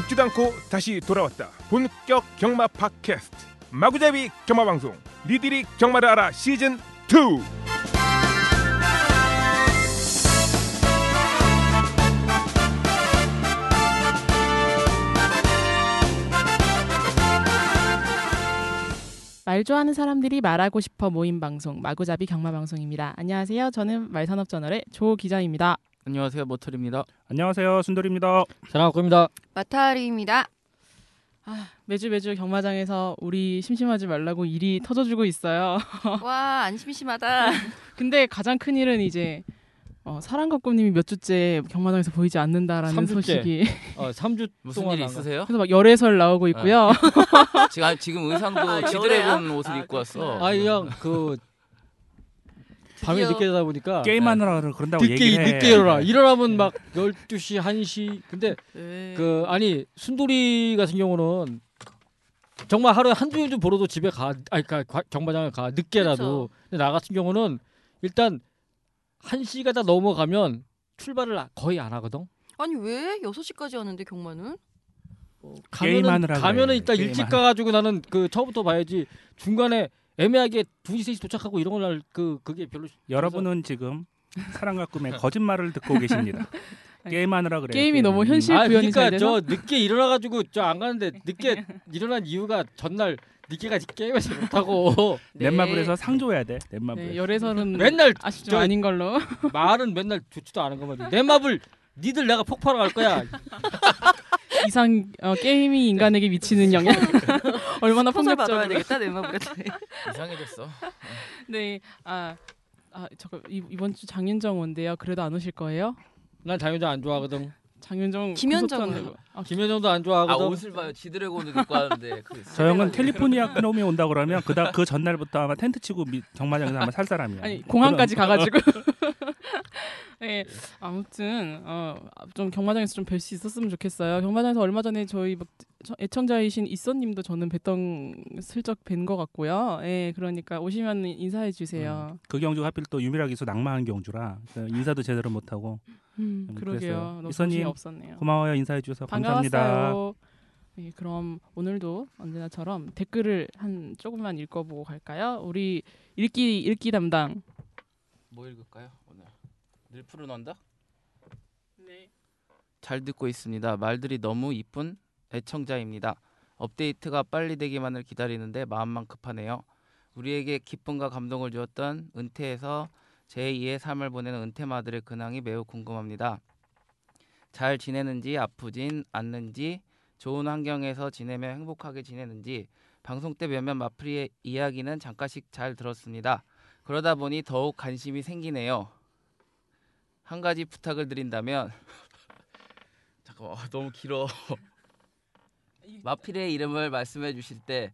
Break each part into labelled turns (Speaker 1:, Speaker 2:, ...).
Speaker 1: 잊지도 않고 다시 돌아왔다. 본격 경마 팟캐스트 마구잡이 경마 방송 니들이 경마를 알아 시즌 2.
Speaker 2: 말 좋아하는 사람들이 말하고 싶어 모임 방송 마구잡이 경마 방송입니다. 안녕하세요. 저는 말산업 저널의 조 기자입니다.
Speaker 3: 안녕하세요 모털입니다.
Speaker 4: 안녕하세요 순돌입니다.
Speaker 5: 사랑합니다.
Speaker 6: 마타리입니다.
Speaker 2: 매주 매주 경마장에서 우리 심심하지 말라고 일이 터져주고 있어요.
Speaker 6: 와, 안 심심하다.
Speaker 2: 근데 가장 큰 일은 이제 어, 사랑거꾸님이 몇 주째 경마장에서 보이지 않는다라는
Speaker 5: 삼 주째.
Speaker 2: 소식이
Speaker 5: 어, 3주
Speaker 3: 무슨
Speaker 5: 동안
Speaker 3: 일
Speaker 5: 안
Speaker 3: 있으세요?
Speaker 2: 그래서 막 열애설 나오고 있고요.
Speaker 3: 제가 지금
Speaker 4: 아,
Speaker 3: 의상도 지드래곤 옷을 입고 왔어.
Speaker 5: 가- 아, 그냥 그 밤에
Speaker 6: 드디어.
Speaker 5: 늦게 자다 보니까
Speaker 4: 게임하느라 그런다고
Speaker 5: 늦게
Speaker 4: 얘기해.
Speaker 5: 늦게 일어나. 일어나면
Speaker 4: 네.
Speaker 5: 막 12시, 1시. 근데
Speaker 6: 네.
Speaker 5: 그 아니 순돌이 같은 경우는 정말 하루에 한두 일도 보러도 집에 가 아니 가, 가- 경마장을 가 늦게라도.
Speaker 4: 그렇죠.
Speaker 5: 근데 나 같은 경우는 일단 1시가 다 넘어가면 출발을 아- 거의 안 하거든.
Speaker 6: 아니, 왜 6시까지 하는데 경마는?
Speaker 5: 가면은
Speaker 4: 게임하느라
Speaker 5: 가면은
Speaker 4: 그래,
Speaker 5: 일단 일찍
Speaker 4: 게임하느라.
Speaker 5: 가가지고 나는 그 처음부터 봐야지 중간에 애매하게 2시 3시 도착하고 이런 걸그 그게 별로
Speaker 4: 여러분은 지금 사랑과 꿈의 거짓말을 듣고 계십니다. 게임하느라 그래.
Speaker 2: 게임이 너무 현실
Speaker 5: 아
Speaker 2: 구현이 잘
Speaker 5: 그러니까
Speaker 2: 돼서
Speaker 5: 저 늦게 일어나가지고 저 안 가는데 늦게 일어난 이유가 전날 늦게까지 게임에서 못하고
Speaker 3: 네.
Speaker 4: 넷마블에서 상조해야 돼.
Speaker 2: 네,
Speaker 4: 넷마블.
Speaker 2: 열애설은
Speaker 5: 맨날
Speaker 2: 아쉽지만
Speaker 5: 저-
Speaker 2: 아닌 걸로.
Speaker 5: 말은 맨날 좋지도 않은 것만 내 맘을 니들 내가 폭발할 거야
Speaker 2: 이상 어, 게임이 인간에게 미치는 영향 얼마나
Speaker 6: 포설 받아야
Speaker 2: 폭력적으로
Speaker 6: 되겠다, 내 네. 마블한테.
Speaker 3: 이상해졌어. 아,
Speaker 2: 네 아, 아 잠깐 이- 이번 주 장윤정 온대요 그래도 안 오실 거예요
Speaker 5: 난 장윤정 안 좋아하거든
Speaker 2: 장윤정
Speaker 6: 김현정은?
Speaker 2: 구속도 안 되고. 아,
Speaker 5: 김현정도 안
Speaker 3: 아
Speaker 5: 좋아하거든
Speaker 3: 옷을 봐요. 지드래곤 옷 입고 왔는데. 그
Speaker 4: 저 형은 텔리포니아 큰놈이 온다 그러면 그다 그 전날부터 아마 텐트 치고 미, 경마장에서 아마 살 사람이야.
Speaker 2: 아니 공항까지 가가지고 네 아무튼 어좀 경마장에서 좀 뵐 수 있었으면 좋겠어요 경마장에서 얼마 전에 저희 막 저- 애청자이신 이선님도 저는 뵀던 슬쩍 뵌 것 같고요 예 그러니까 오시면 인사해 주세요
Speaker 4: 그 경주 하필 또 유미락 기수 낭만한 경주라 그래서 인사도 제대로 못 하고
Speaker 2: 음,
Speaker 4: 음, 그랬어요.
Speaker 2: 그러게요 너무
Speaker 4: 이선님,
Speaker 2: 정신이 없었네요
Speaker 4: 고마워요 인사해 주셔서 감사합니다.
Speaker 2: 반가웠어요. 네, 그럼 오늘도 언제나처럼 댓글을 한 조금만 읽어보고 갈까요? 우리 읽기 읽기 담당.
Speaker 3: 뭐 읽을까요 오늘? 늘 푸른 언덕? 잘 듣고 있습니다. 말들이 너무 이쁜 애청자입니다. 업데이트가 빨리 되기만을 기다리는데 마음만 급하네요. 우리에게 기쁨과 감동을 주었던 은퇴에서 제2의 삶을 보내는 은퇴마들의 근황이 매우 궁금합니다. 잘 지내는지 아프진 않는지 좋은 환경에서 지내며 행복하게 지내는지 방송 때 몇몇 마프리의 이야기는 잠깐씩 잘 들었습니다. 그러다 보니 더욱 관심이 생기네요. 한 가지 부탁을 드린다면 잠깐만 아, 너무 길어. 마필의 이름을 말씀해 주실 때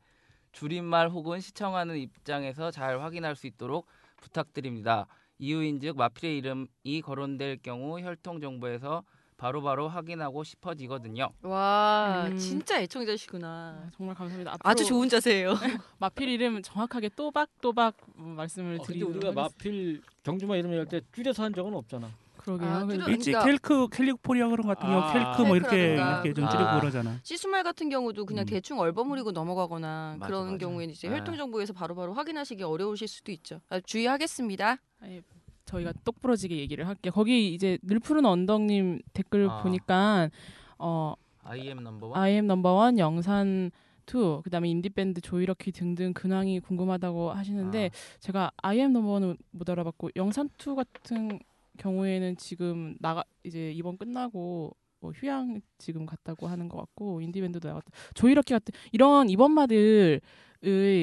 Speaker 3: 줄임말 혹은 시청하는 입장에서 잘 확인할 수 있도록 부탁드립니다. 이유인즉 마필의 이름이 거론될 경우 혈통 정보에서 바로바로 확인하고 싶어지거든요.
Speaker 6: 와,
Speaker 2: 음.
Speaker 6: 진짜
Speaker 2: 아,
Speaker 6: 애청자시구나.
Speaker 2: 정말 감사합니다. 앞으로
Speaker 6: 아주 좋은 자세예요.
Speaker 2: 마필 이름 정확하게 또박또박 음, 말씀을
Speaker 5: 어, 근데
Speaker 2: 드리도록
Speaker 5: 우리가
Speaker 2: 하겠습니다.
Speaker 5: 마필 경주만 이름 할때 줄여서 한 적은 없잖아
Speaker 2: 그러게요.
Speaker 6: 아,
Speaker 2: 그래서
Speaker 6: 뚜렷-
Speaker 4: 일찍
Speaker 6: 그러니까-
Speaker 4: 캘크 캘리포니아 그런 같은 경우
Speaker 5: 아,
Speaker 4: 캘크 뭐 이렇게
Speaker 6: 캘크라든가.
Speaker 4: 이렇게 좀 찌르고
Speaker 3: 아.
Speaker 4: 그러잖아.
Speaker 6: 시스말 같은 경우도 그냥
Speaker 4: 음.
Speaker 6: 대충 얼버무리고 넘어가거나
Speaker 3: 맞아,
Speaker 6: 그런
Speaker 3: 맞아.
Speaker 6: 경우에는 이제
Speaker 3: 네.
Speaker 6: 혈통 정보에서 바로바로 확인하시기 어려우실 수도 있죠. 아, 주의하겠습니다.
Speaker 2: 저희가 똑부러지게 얘기를 할게요. 거기 이제 늘푸른 언덕님 댓글
Speaker 3: 아.
Speaker 2: 보니까 어
Speaker 3: I m 넘버
Speaker 5: 뭐?
Speaker 6: 아,
Speaker 3: 원.
Speaker 2: I am number one 영산 2 그다음에 인디 밴드 조이러키 등등 근황이 궁금하다고 하시는데
Speaker 3: 아,
Speaker 2: 제가 I am number one은 못 알아봤고 영산 2 같은 경우에는 지금 나가 이제 이번 끝나고 뭐 휴양 지금 갔다고 하는 것 같고 인디 밴드도 나갔다 조이러키 같은 이런 이번 마들의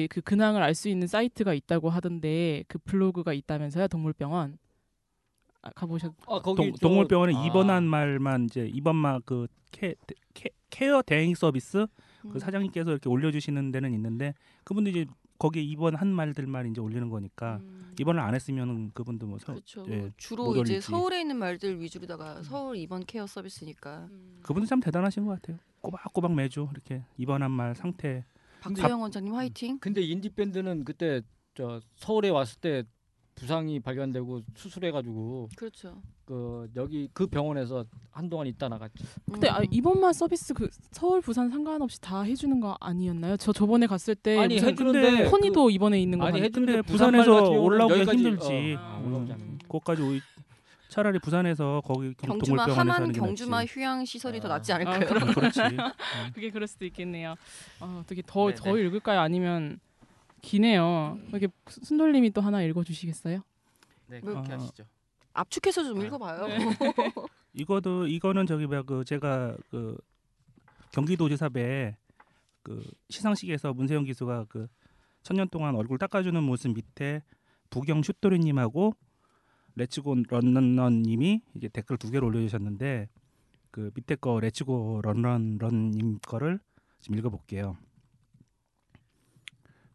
Speaker 2: 그 근황을 알 수 있는 사이트가 있다고 하던데 그 블로그가 있다면서요 동물병원 아, 가보셨
Speaker 5: 아 거기
Speaker 4: 동,
Speaker 5: 저-
Speaker 4: 동물병원에
Speaker 3: 아.
Speaker 4: 입원한 말만 이제 입원마 그 케, 케, 케어 대행 서비스 그
Speaker 6: 음.
Speaker 4: 사장님께서 이렇게 올려주시는 데는 있는데 그분도 이제 거기에 입원 한 말들만 이제 올리는 거니까
Speaker 6: 음.
Speaker 4: 입원을 안 했으면 그분도 뭐 서,
Speaker 6: 그렇죠.
Speaker 4: 예,
Speaker 6: 주로
Speaker 4: 못
Speaker 6: 이제
Speaker 4: 올리지.
Speaker 6: 서울에 있는 말들 위주로다가 서울 입원 케어 서비스니까.
Speaker 4: 그분은 참 대단하신 것 같아요. 꼬박꼬박 매주 이렇게 입원한 말 상태
Speaker 6: 박주영 원장님 화이팅.
Speaker 5: 근데 인디 밴드는 그때 저 서울에 왔을 때 부상이 발견되고 수술해가지고
Speaker 6: 그렇죠.
Speaker 5: 그 여기 그 병원에서 한동안 있다 나갔죠.
Speaker 2: 근데
Speaker 5: 음.
Speaker 6: 음.
Speaker 2: 아, 이번만 서비스 그 서울 부산 상관없이 다 해주는 거 아니었나요? 저 저번에 갔을 때
Speaker 5: 아니
Speaker 2: 무슨
Speaker 5: 해주는데
Speaker 2: 코니도 이번에 있는
Speaker 5: 그,
Speaker 2: 거
Speaker 5: 아니
Speaker 2: 아니,
Speaker 5: 해주는데
Speaker 4: 근데
Speaker 5: 부산
Speaker 4: 부산에서
Speaker 5: 말 같은 경우는
Speaker 4: 올라오기가
Speaker 5: 여기까지,
Speaker 4: 힘들지.
Speaker 5: 어,
Speaker 2: 음.
Speaker 5: 올라오지 않는.
Speaker 4: 거기까지 오이- 차라리 부산에서 거기
Speaker 6: 경주마
Speaker 4: 동물병원에서 하는
Speaker 6: 하만
Speaker 4: 게
Speaker 6: 경주마
Speaker 4: 낫지.
Speaker 6: 휴양 시설이 더
Speaker 5: 아.
Speaker 6: 낫지 않을까요?
Speaker 2: 아,
Speaker 4: 음, 그렇지.
Speaker 2: 그게 그럴 수도 있겠네요. 어, 어떻게 더
Speaker 3: 네,
Speaker 2: 더
Speaker 3: 네.
Speaker 2: 읽을까요? 아니면 기네요. 이렇게 순- 순돌님이 또 하나 읽어주시겠어요?
Speaker 3: 네, 그렇게
Speaker 6: 어.
Speaker 4: 아.
Speaker 3: 하시죠.
Speaker 6: 압축해서 좀
Speaker 3: 네.
Speaker 6: 읽어봐요.
Speaker 4: 이거도 이거는 저기 뭐야 그 제가 그 경기도지사배 그 시상식에서 문세영 기수가 그 천년 동안 얼굴 닦아주는 모습 밑에 부경 슛돌이님하고 레츠고 런런런님이 이제 댓글 두 개를 올려주셨는데 그 밑에 거 레츠고 런런런님 거를 지금 읽어볼게요.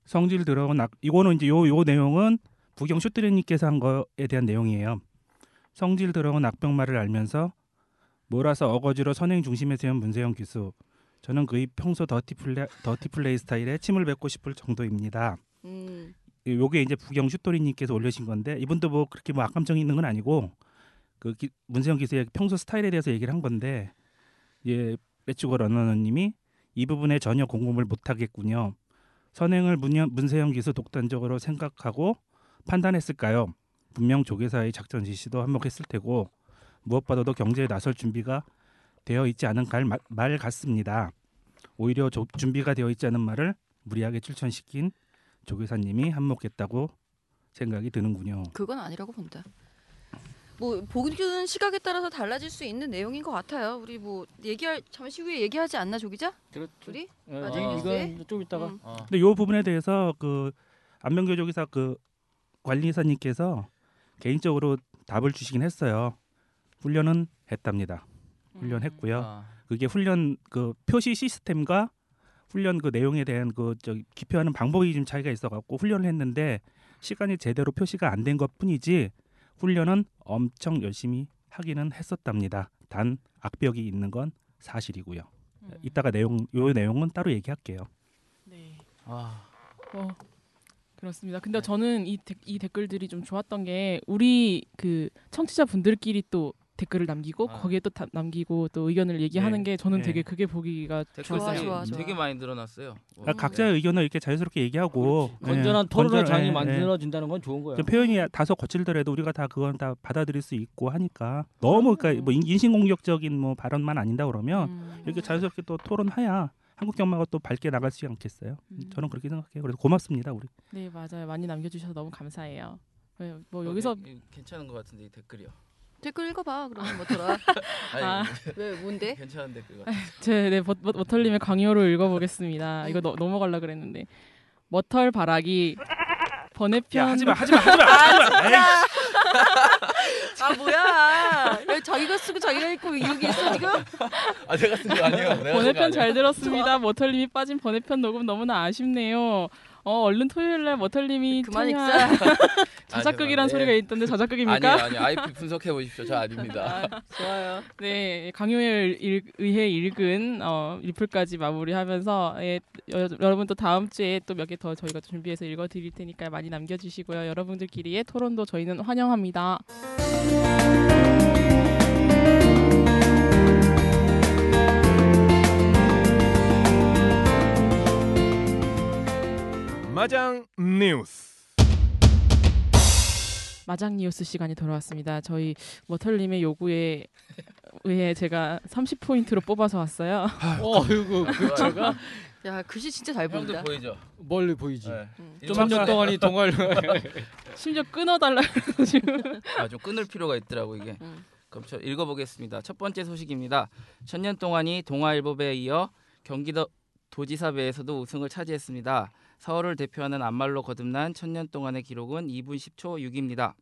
Speaker 4: 성질 들어온 악 이거는 이제 요 요 내용은 부경 슛돌이님께서 한 거에 대한 내용이에요. 성질 들어온 악병말을 알면서 몰아서 어거지로 선행 중심에 세운 문세영 기수. 저는 그의 평소 더티 플레 더티 플레이 스타일에 침을 뱉고 싶을 정도입니다.
Speaker 6: 음.
Speaker 4: 이- 요게 이제 부경 슛돌이님께서 올려신 건데 이분도 뭐 그렇게 뭐 악감정이 있는 건 아니고 그 기, 문세영 기수의 평소 스타일에 대해서 얘기를 한 건데 예 레츠고 러너너님이 이 부분에 전혀 공감을 못하겠군요. 선행을 문여, 문세영 기수 독단적으로 생각하고 판단했을까요? 분명 조계사의 작전 지시도 한몫했을 테고 무엇보다도 경제에 나설 준비가 되어 있지 않은 갈- 말, 말 같습니다. 오히려 조- 준비가 되어 있지 않은 말을 무리하게 출천시킨 조교사님이 한몫했다고 생각이 드는군요.
Speaker 6: 그건 아니라고 본다. 뭐 보는 시각에 따라서 달라질 수 있는 내용인 것 같아요. 우리 뭐 얘기할 잠시 후에 얘기하지 않나 조기자?
Speaker 5: 그렇죠.
Speaker 6: 우리?
Speaker 5: 예, 아,
Speaker 6: 나중에
Speaker 5: 이건 좀 이따가
Speaker 6: 음.
Speaker 3: 어.
Speaker 4: 근데 요 부분에 대해서 그 안명교 조교사 그 관리사님께서 개인적으로 답을 주시긴 했어요. 훈련은 했답니다. 훈련했고요.
Speaker 3: 아,
Speaker 4: 그게 훈련 그 표시 시스템과 훈련 그 내용에 대한 그 저기 기표하는 방법이 좀 차이가 있어갖고 훈련을 했는데 시간이 제대로 표시가 안 된 것뿐이지 훈련은 엄청 열심히 하기는 했었답니다. 단 악벽이 있는 건 사실이고요.
Speaker 5: 음.
Speaker 4: 이따가 내용 요 내용은 따로 얘기할게요.
Speaker 2: 네.
Speaker 3: 아,
Speaker 2: 어, 그렇습니다.
Speaker 3: 네.
Speaker 2: 근데 저는 이, 데, 이 댓글들이 좀 좋았던 게 우리 그 청취자 분들끼리 또 댓글을 남기고
Speaker 3: 아.
Speaker 2: 거기에 또 다, 남기고 또 의견을 얘기하는
Speaker 4: 네,
Speaker 2: 게 저는
Speaker 4: 네.
Speaker 2: 되게 그게 보기가
Speaker 6: 좋아,
Speaker 3: 댓글들이
Speaker 6: 좋아, 좋아.
Speaker 3: 되게 많이 늘어났어요.
Speaker 4: 그러니까 각자의 의견을 이렇게 자연스럽게 얘기하고 예,
Speaker 5: 음, 네. 건전한 토론의
Speaker 4: 건전-
Speaker 5: 장이
Speaker 4: 예, 예.
Speaker 5: 만들어진다는 건 좋은 거예요.
Speaker 4: 좀 표현이 다소 거칠더라도 우리가 다 그건 다 받아들일 수 있고 하니까
Speaker 5: 음.
Speaker 4: 너무 그러니까 뭐 인- 인신공격적인 뭐 발언만 아니다 그러면
Speaker 2: 음,
Speaker 4: 이렇게 그러니까 자연스럽게 또 토론해야 한국 경마가 또 밝게 나갈 수 있지 않겠어요?
Speaker 2: 음.
Speaker 4: 저는 그렇게 생각해요. 그래서 고맙습니다, 우리.
Speaker 2: 네 맞아요. 많이 남겨주셔서 너무 감사해요. 네,
Speaker 3: 어,
Speaker 2: 뭐 여기서
Speaker 3: 괜찮은 것 같은데 이 댓글이요.
Speaker 6: 댓글 읽어봐. 그러면 뭐더라?
Speaker 3: 아니,
Speaker 2: 아.
Speaker 6: 왜 뭔데?
Speaker 3: 괜찮은 댓글 같아.
Speaker 2: 제 네, 버- 버- 머털님의 강요로 읽어보겠습니다. 이거 너, 넘어가려 그랬는데 머털 바라기 번외편
Speaker 4: 하지마, 하지마, 하지마.
Speaker 6: 아 뭐야? 왜 자기가 쓰고 자기가 읽고 이게 있어 지금?
Speaker 3: 아 내가 쓴 거 아니에요. 내가 쓴거
Speaker 2: 번외편
Speaker 3: 아니에요.
Speaker 2: 잘 들었습니다. 머털님이 빠진 번외편 녹음 너무나 아쉽네요. 어 얼른 토요일 날 머털님이
Speaker 6: 네, 그만
Speaker 2: 참여한
Speaker 6: 읽자.
Speaker 2: 자작극이란
Speaker 3: 아, 죄송합니다.
Speaker 2: 소리가
Speaker 3: 예.
Speaker 2: 있던데 자작극입니까?
Speaker 3: 아니에요, 아니에요. IP 분석해 보십시오. 저 아닙니다.
Speaker 6: 좋아요.
Speaker 2: 네, 강요에 일- 의해 읽은 어, 리플까지 마무리하면서 예, 여, 러분또 다음 주에 또 몇 개 더 저희가 준비해서 읽어드릴 테니까 많이 남겨주시고요. 여러분들끼리의 토론도 저희는 환영합니다.
Speaker 1: 마장 뉴스.
Speaker 2: 마장 뉴스 시간이 돌아왔습니다. 저희 머털님의 요구에 의해 제가 30포인트로 뽑아서 왔어요.
Speaker 5: 어, 이거
Speaker 3: 제가
Speaker 6: 야 글씨 진짜 잘
Speaker 3: 형들
Speaker 6: 본다.
Speaker 3: 보이죠?
Speaker 5: 멀리 보이지.
Speaker 3: 네.
Speaker 5: 음, 좀 3년 동안이 동아리
Speaker 2: 심지어 끊어달라 그러시고
Speaker 3: 아, 좀 끊을 필요가 있더라고 이게.
Speaker 6: 음.
Speaker 3: 그럼 저 읽어보겠습니다. 첫 번째 소식입니다. 천년 동안이 동아일보배에 이어 경기도 도지사배에서도 우승을 차지했습니다. 서울을 대표하는 안말로 거듭난 천년 동안의 기록은 2분 10초 6입니다.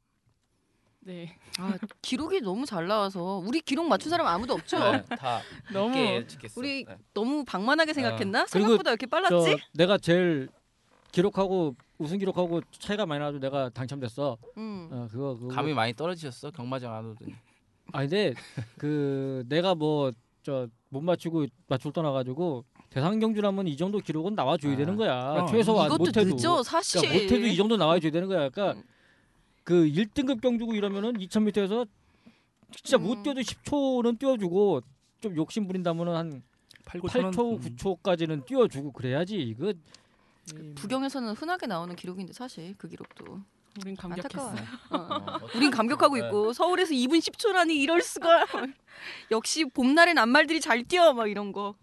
Speaker 2: 네,
Speaker 6: 아 기록이 너무 잘 나와서 우리 기록 맞춘 사람 아무도 없죠.
Speaker 3: 네, 다
Speaker 2: 너무
Speaker 3: 쉽게 예측했어.
Speaker 6: 우리
Speaker 3: 네.
Speaker 6: 너무 방만하게 생각했나?
Speaker 5: 그리고
Speaker 6: 생각보다 이렇게 빨랐지?
Speaker 5: 내가 제일 기록하고 우승 기록하고 차이가 많이 나서 내가 당첨됐어.
Speaker 6: 음.
Speaker 5: 어, 그거 그거.
Speaker 3: 감이 많이 떨어지셨어. 경마장 안 오더니.
Speaker 5: 아 근데 그 내가 뭐 저 못 맞추고 맞출 떠나가지고 대상 경주라면 이 정도 기록은 나와줘야
Speaker 3: 아.
Speaker 5: 되는 거야.
Speaker 4: 어.
Speaker 5: 최소한
Speaker 6: 이것도
Speaker 5: 못해도.
Speaker 6: 늦어 사실.
Speaker 5: 그러니까 못해도 이 정도 나와줘야 되는 거야. 그러니까
Speaker 6: 음.
Speaker 5: 그 1등급 경주고 이러면은 2,000m에서 진짜
Speaker 6: 음.
Speaker 5: 못 뛰어도 10초는 뛰어주고 좀 욕심 부린다면은 한
Speaker 4: 8,
Speaker 5: 8초, 9초까지는 뛰어주고 그래야지 이거 이-
Speaker 6: 부경에서는 흔하게 나오는 기록인데 사실 그 기록도
Speaker 2: 우린
Speaker 6: 안타까워요.
Speaker 2: 감격했어.
Speaker 6: 어.
Speaker 3: 어,
Speaker 6: 우린
Speaker 5: 아,
Speaker 6: 감격하고
Speaker 5: 네.
Speaker 6: 있고 서울에서 2분 10초라니 이럴 수가. 역시 봄날엔 안말들이 잘 뛰어 막 이런 거.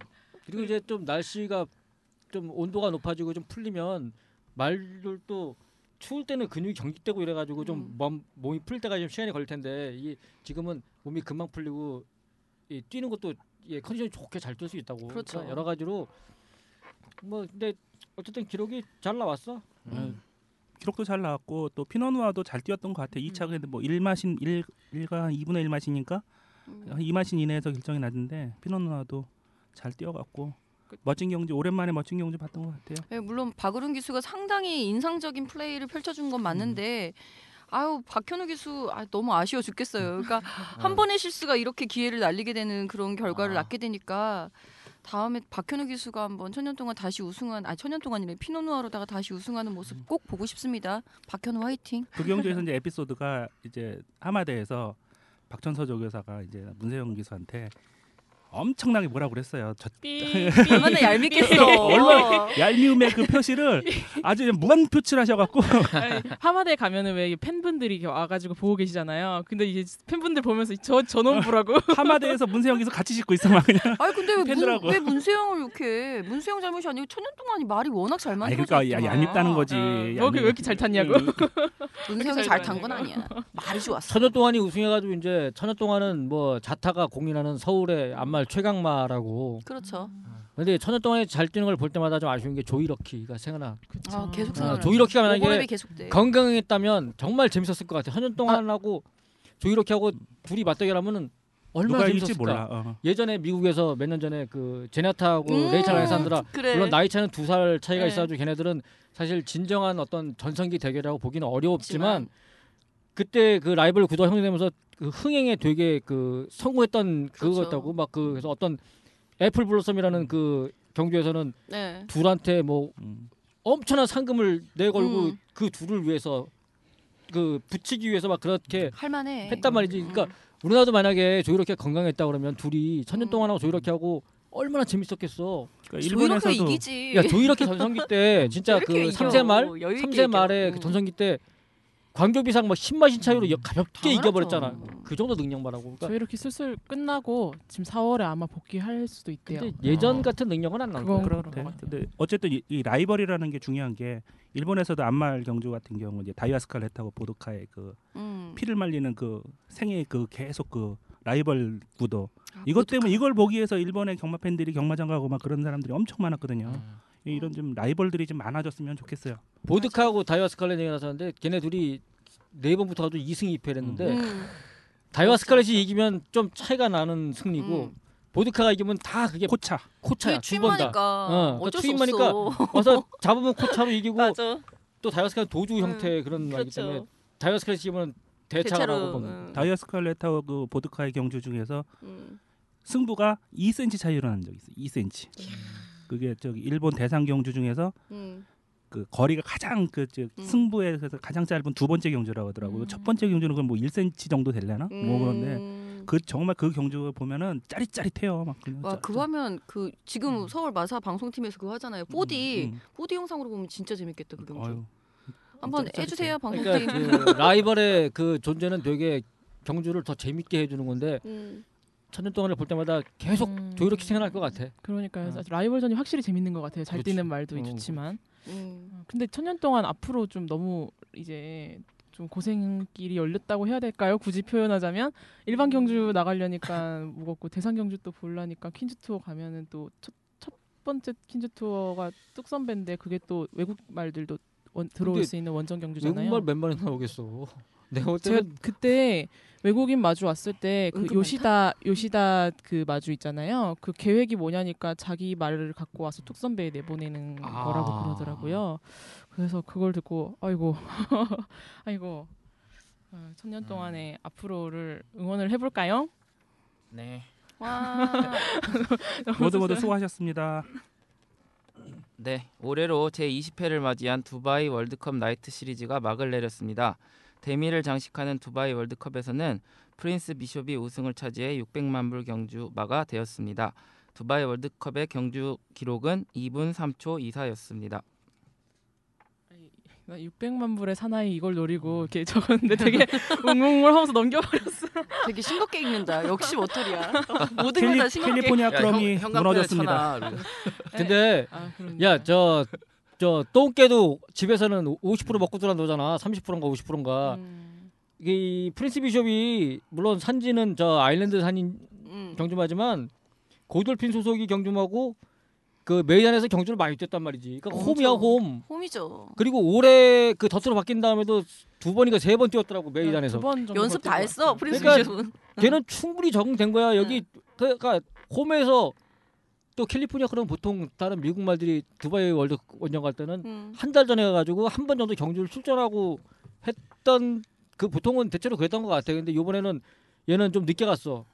Speaker 5: 그리고 이제 좀 날씨가 좀 온도가 높아지고 좀 풀리면 말들도 추울 때는 근육이 경직되고 이래가지고
Speaker 6: 음.
Speaker 5: 좀 몸, 몸이 풀릴 때가 좀 시간이 걸릴 텐데 이 지금은 몸이 금방 풀리고 이 뛰는 것도 예, 컨디션이 좋게 잘 뛸 수 있다고
Speaker 6: 그렇죠.
Speaker 5: 그러니까 여러 가지로 뭐 근데 어쨌든 기록이 잘 나왔어
Speaker 4: 음. 기록도 잘 나왔고 또 피너누아도 잘 뛰었던 것
Speaker 2: 음.
Speaker 4: 같아요. 2차 근데 뭐 1마신 1, 1가 2분의 1마신이니까
Speaker 6: 음.
Speaker 4: 한 2마신 이내에서 결정이 났는데 피너누아도 잘 뛰어갔고
Speaker 2: 그-
Speaker 4: 멋진 경기 오랜만에 멋진 경기 봤던 것 같아요.
Speaker 6: 예, 물론 박으른 기수가 상당히 인상적인 플레이를 펼쳐준 건 맞는데 아유 박현우 기수 아, 너무 아쉬워 죽겠어요. 그러니까 한 번의 실수가 이렇게 기회를 날리게 되는 그런 결과를
Speaker 3: 아.
Speaker 6: 낳게 되니까 다음에 박현우 기수가 한번 천년 동안 다시 우승한 아 천년 동안이래 피노누아로다가 다시 우승하는 모습 꼭 보고 싶습니다. 박현우 화이팅.
Speaker 4: 그 경기에서 이제 에피소드가 이제 하마대에서 박천서 조교사가 이제 문세영 기수한테 엄청나게 뭐라 그랬어요. 저
Speaker 6: 얼마나 얄밉겠어.
Speaker 4: 얼마나- 얄미움의 그 표시를 아주 그냥 무한 표출하셔갖고
Speaker 2: 아니, 하마대 가면은 왜 팬분들이 이렇게 와가지고 보고 계시잖아요. 근데 이제 팬분들 보면서 저 저놈 보라고.
Speaker 4: 하마대에서 문세영 기수 같이 씻고 있어 막 그냥.
Speaker 6: 아니 근데 왜, 문,
Speaker 4: 팬들하고.
Speaker 6: 왜 문세영을 이렇게 문세영 잘못이 아니고 천년 동안이 말이 워낙 잘
Speaker 4: 아니
Speaker 6: 만들어졌잖아.
Speaker 4: 그러니까 야, 음. 얄밉다는 거지.
Speaker 2: 어,
Speaker 4: 얄밉-
Speaker 2: 너왜 이렇게 잘 탔냐고.
Speaker 6: 문세영이
Speaker 2: 잘
Speaker 6: 잘 탄 건
Speaker 2: 만들어.
Speaker 6: 아니야. 말이 좋았어.
Speaker 5: 천여 동안이 우승해가지고 이제 천여 동안은 뭐 자타가 공인하는 서울의 안말 최강마라고
Speaker 6: 그렇죠.
Speaker 5: 근데 천여 동안에 잘 뛰는 걸 볼 때마다 좀 아쉬운 게 조이러키가 생각나
Speaker 6: 아, 계속
Speaker 5: 아,
Speaker 6: 생각나.
Speaker 5: 조이러키가 만약에
Speaker 6: 오버랩이 계속돼.
Speaker 5: 네. 건강했다면 정말 재밌었을 것 같아. 한년 동안하고 조이로키하고 둘이 맞대결하면은 얼마나
Speaker 4: 누가 이길지
Speaker 5: 재밌었을까.
Speaker 4: 몰라. 어.
Speaker 5: 예전에 미국에서 몇 년 전에 그 제나타하고
Speaker 6: 음,
Speaker 5: 레이첼 알렉산드라
Speaker 6: 그래.
Speaker 5: 물론 나이 차는 두 살 차이가
Speaker 6: 네.
Speaker 5: 있어가지고 네. 걔네들은 사실 진정한 어떤 전성기 대결이라고 보기는 어렵지만 그때 그 라이벌 구도가 형성되면서 그 흥행에 되게 그 성공했던 그거였다고 막 그 그래서 어떤 애플 블로썸이라는 그 경주에서는
Speaker 6: 네.
Speaker 5: 둘한테 뭐
Speaker 4: 음.
Speaker 5: 엄청난 상금을 내걸고
Speaker 6: 음.
Speaker 5: 그 둘을 위해서 그 붙이기 위해서 막 그렇게
Speaker 6: 할만해.
Speaker 5: 했단 말이지.
Speaker 6: 음.
Speaker 5: 그러니까 우리나라도 만약에 조이렇게 건강했다 그러면 둘이 천년
Speaker 6: 음.
Speaker 5: 동안하고 조이렇게하고 얼마나 재밌었겠어.
Speaker 4: 그러니까
Speaker 6: 조이러키가
Speaker 4: 일본에서도
Speaker 6: 이기지.
Speaker 5: 야 조이렇게 전성기 때 진짜
Speaker 6: 이렇게
Speaker 5: 그
Speaker 6: 예. 이겨.
Speaker 5: 삼세 말
Speaker 6: 여유 있게
Speaker 5: 삼세 말에
Speaker 6: 이겨.
Speaker 5: 그
Speaker 6: 음.
Speaker 5: 전성기 때 광교비상 막 10만신 차이로 여- 가볍게
Speaker 6: 당연하죠.
Speaker 5: 이겨버렸잖아. 그 정도 능력 말하고.
Speaker 2: 저
Speaker 5: 그러니까
Speaker 2: 이렇게 슬슬 끝나고 지금 4월에 아마 복귀할 수도 있대요.
Speaker 5: 근데 예전
Speaker 4: 어.
Speaker 5: 같은 능력은 안 나온
Speaker 2: 그건
Speaker 5: 거야.
Speaker 2: 그런
Speaker 4: 네.
Speaker 2: 것 같아요.
Speaker 4: 근데 어쨌든 이, 이 라이벌이라는 게 중요한 게 일본에서도 안말 경주 같은 경우 이제 다이아 스칼렛하고 보도카의 그
Speaker 6: 음.
Speaker 4: 피를 말리는 그 생애 그 계속 그 라이벌 구도
Speaker 6: 아,
Speaker 4: 이것
Speaker 6: 그것도
Speaker 4: 때문에 이걸 보기 위해서 일본의 경마 팬들이 경마장 가고 막 그런 사람들이 엄청 많았거든요.
Speaker 3: 음.
Speaker 4: 이- 이런 좀 라이벌들이 좀 많아졌으면 좋겠어요.
Speaker 5: 보드카하고 다이와 스칼렛 얘기 나서는데 걔네 둘이 네 번부터 가지고 2승 2패를 했는데
Speaker 6: 음.
Speaker 5: 다이와 스칼렛이 이기면 좀 차이가 나는 승리고
Speaker 6: 그렇죠. 음.
Speaker 5: 보드카가 이기면 다 그게
Speaker 4: 코차
Speaker 5: 코차야
Speaker 6: 그게
Speaker 5: 두 번 다.
Speaker 6: 취임하니까
Speaker 5: 어, 그러니까
Speaker 6: 어쩔 수
Speaker 5: 취임하니까
Speaker 6: 없어.
Speaker 5: 와서 잡으면 코차로 이기고
Speaker 6: 맞아.
Speaker 5: 또 다이와 스칼렛 도주
Speaker 6: 음,
Speaker 5: 형태 의 그런 말이기
Speaker 6: 그렇죠.
Speaker 5: 때문에 다이와 스칼렛이 이기면 대차라고 보면
Speaker 6: 음.
Speaker 4: 다이아 스칼렛하고 그 보드카의 경주 중에서
Speaker 6: 음.
Speaker 4: 승부가 2cm 차이로 난 적이 있어요. 2cm. 그게 저기 일본 대상 경주 중에서
Speaker 6: 음.
Speaker 4: 그 거리가 가장 그저
Speaker 6: 음.
Speaker 4: 승부에서 가장 짧은 두 번째 경주라고 하더라고요.
Speaker 6: 음.
Speaker 4: 첫 번째 경주는 그뭐 1cm 정도 되려나?
Speaker 5: 음.
Speaker 4: 뭐 그런데 그 정말 그 경주 보면은 짜릿짜릿해요. 막 그냥 짜-
Speaker 6: 음.
Speaker 4: 음,
Speaker 6: 와그 화면 그 지금
Speaker 5: 음.
Speaker 6: 서울 마사 방송팀에서 그거 하잖아요. 4D
Speaker 4: 음.
Speaker 6: 4D 영상으로 보면 진짜 재밌겠다 그 경주.
Speaker 4: 어휴.
Speaker 6: 한번
Speaker 4: 짜릿짜릿해.
Speaker 6: 해주세요 방송팀.
Speaker 5: 그러니까 그 라이벌의 그 존재는 되게 경주를 더 재밌게 해주는 건데
Speaker 6: 음.
Speaker 5: 천년 동안을 볼 때마다 계속 조이렇게 생각날 것 같아.
Speaker 2: 그러니까요.
Speaker 5: 어.
Speaker 2: 라이벌전이 확실히 재밌는 것 같아요. 잘
Speaker 5: 그렇지.
Speaker 2: 뛰는 말도
Speaker 5: 어.
Speaker 2: 좋지만.
Speaker 6: 음.
Speaker 2: 어, 근데 천년 동안 앞으로 좀 너무 이제 좀 고생길이 열렸다고 해야 될까요? 굳이 표현하자면 일반
Speaker 5: 음.
Speaker 2: 경주 나가려니까 무겁고 대상 경주 또 보려니까 퀸즈 투어 가면은 또 첫 번째 퀸즈 투어가 뚝 선배인데 그게 또 외국 말들도 원- 들어올
Speaker 5: 근데
Speaker 2: 수 있는 원정 경주잖아요.
Speaker 5: 외국말 몇 마리 나오겠어. 내가 볼
Speaker 2: 제가
Speaker 6: 네.
Speaker 5: 때는
Speaker 2: 그때 외국인 마주 왔을 때 그
Speaker 6: 은근
Speaker 2: 요시다 요시다 그 마주 있잖아요. 그 계획이 뭐냐니까 자기 말을 갖고 와서 툭 선배에 내보내는
Speaker 5: 아.
Speaker 2: 거라고 그러더라고요. 그래서 그걸 듣고 아이고 아이고 어, 천년 동안에 앞으로를 응원을 해볼까요?
Speaker 3: 네.
Speaker 6: 와.
Speaker 4: 모두 모두 수고하셨습니다.
Speaker 3: 네, 올해로 제20회를 맞이한 두바이 월드컵 나이트 시리즈가 막을 내렸습니다. 대미를 장식하는 두바이 월드컵에서는 프린스 비숍이 우승을 차지해 600만 불 경주마가 되었습니다. 두바이 월드컵의 경주 기록은 2분 3초 2사였습니다.
Speaker 2: 나 600만 불의 사나이 이걸 노리고 이렇게 적었는데 되게 웅웅웅 하면서 넘겨버렸어.
Speaker 6: 되게 싱겁게 읽는다. 역시 워터리야. 모든 게
Speaker 4: 캘리,
Speaker 6: 다 싱겁게.
Speaker 4: 캘리포니아 크럼이 무너졌습니다.
Speaker 5: 근데
Speaker 2: 아,
Speaker 6: 음.
Speaker 5: 야 저 저 똥개도 집에서는 50% 먹고 들어온다잖아. 30%인가 50%인가.
Speaker 6: 음.
Speaker 5: 이 프린스 비숍이 물론 산지는 저 아일랜드 산인
Speaker 6: 음.
Speaker 5: 경주마지만 고돌핀 소속이 경주마고 그 메이안에서 경주를 많이 뛰었단 말이지. 그러니까 홈이야
Speaker 6: 엄청.
Speaker 5: 홈.
Speaker 6: 홈이죠.
Speaker 5: 그리고 올해 그 덫으로 바뀐 다음에도 두 번인가 세 번 뛰었더라고
Speaker 2: 아,
Speaker 5: 메이단에서.
Speaker 6: 연습 다 했어. 프린스
Speaker 5: 그러니까-
Speaker 6: 비숍은.
Speaker 5: 걔는 충분히 적응된 거야. 여기 그러니까 홈에서 또 캘리포니아 그럼 보통 다른 미국 말들이 두바이 월드 원정 갈 때는
Speaker 6: 음.
Speaker 5: 한 달 전에 가가지고 한 번 정도 경주를 출전하고 했던 그 보통은 대체로 그랬던 것 같아. 근데 이번에는 얘는 좀 늦게 갔어.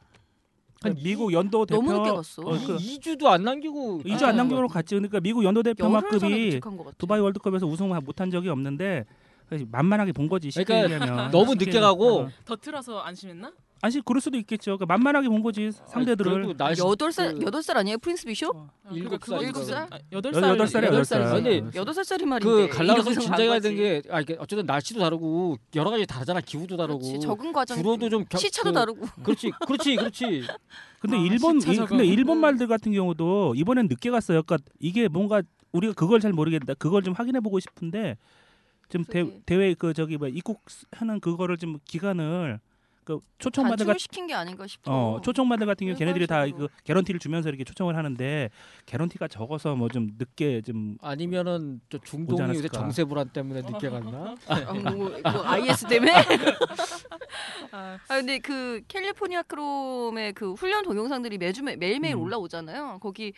Speaker 4: 한 미국 연도 대표
Speaker 6: 너무 늦게 갔어.
Speaker 4: 어, 그-
Speaker 5: 2주도 안 남기고
Speaker 4: 2주 안 남기고 갔지. 그러니까 미국 연도
Speaker 6: 열흘 전에
Speaker 4: 대표급이
Speaker 6: 도착한 것 같아.
Speaker 4: 두바이 월드컵에서 우승 못한 적이 없는데 사실 만만하게 본 거지. 쉽게
Speaker 5: 그러니까
Speaker 4: 얘기하면
Speaker 5: 너무 늦게 가고
Speaker 4: 어.
Speaker 2: 더 틀어서 안심했나?
Speaker 4: 아니 그럴 수도 있겠죠. 그러니까 만만하게 본 거지 상대들을.
Speaker 5: 그래도 날
Speaker 6: 아, 여덟 살
Speaker 5: 그-
Speaker 6: 여덟 살 아니에요? 프린스 비숍?
Speaker 5: 일곱 살,
Speaker 6: 일곱 살?
Speaker 2: 아, 여덟
Speaker 4: 여-
Speaker 2: 살
Speaker 4: 여덟 살이야, 여덟 살.
Speaker 5: 아니,
Speaker 6: 여덟 살짜리 말인데.
Speaker 5: 그 갈라서
Speaker 6: 이러고서 간
Speaker 5: 진짜 가야
Speaker 6: 거지.
Speaker 5: 된게 아, 이게 어쨌든 날씨도 다르고 여러 가지 다르잖아. 기후도 다르고.
Speaker 6: 그렇지. 적응 과정.
Speaker 5: 주로도 좀 겨-
Speaker 6: 시차도
Speaker 5: 그-
Speaker 6: 다르고. 아,
Speaker 5: 그렇지, 그렇지, 그렇지.
Speaker 4: 근데
Speaker 2: 아,
Speaker 4: 일본 이,
Speaker 2: 시차적으로.
Speaker 4: 근데 일본
Speaker 6: 음.
Speaker 4: 말들 같은 경우도 이번엔 늦게 갔어요. 그러니까 이게 뭔가 우리가 그걸 잘 모르겠다. 그걸 좀 확인해 보고 싶은데 좀 대,
Speaker 6: 저기.
Speaker 4: 대회 그 저기 뭐 입국하는 그거를 좀 기간을 그 초청마들 같은
Speaker 6: 단축을 시킨 게 아닌가 싶어.
Speaker 4: 어 초청마들 같은 경우 걔네들이
Speaker 6: 일반적으로.
Speaker 4: 다그 개런티를 주면서 이렇게 초청을 하는데 개런티가 적어서 뭐 좀 늦게 좀
Speaker 5: 아니면은 저
Speaker 4: 오지
Speaker 5: 중동이 요새
Speaker 4: 않았을까.
Speaker 5: 정세 불안 때문에 늦게 갔나?
Speaker 6: 아, 뭐, 뭐 IS 때문에. 아 근데 그 캘리포니아 크롬의 그 훈련 동영상들이 매주 매, 매일매일
Speaker 4: 음.
Speaker 6: 올라오잖아요. 거기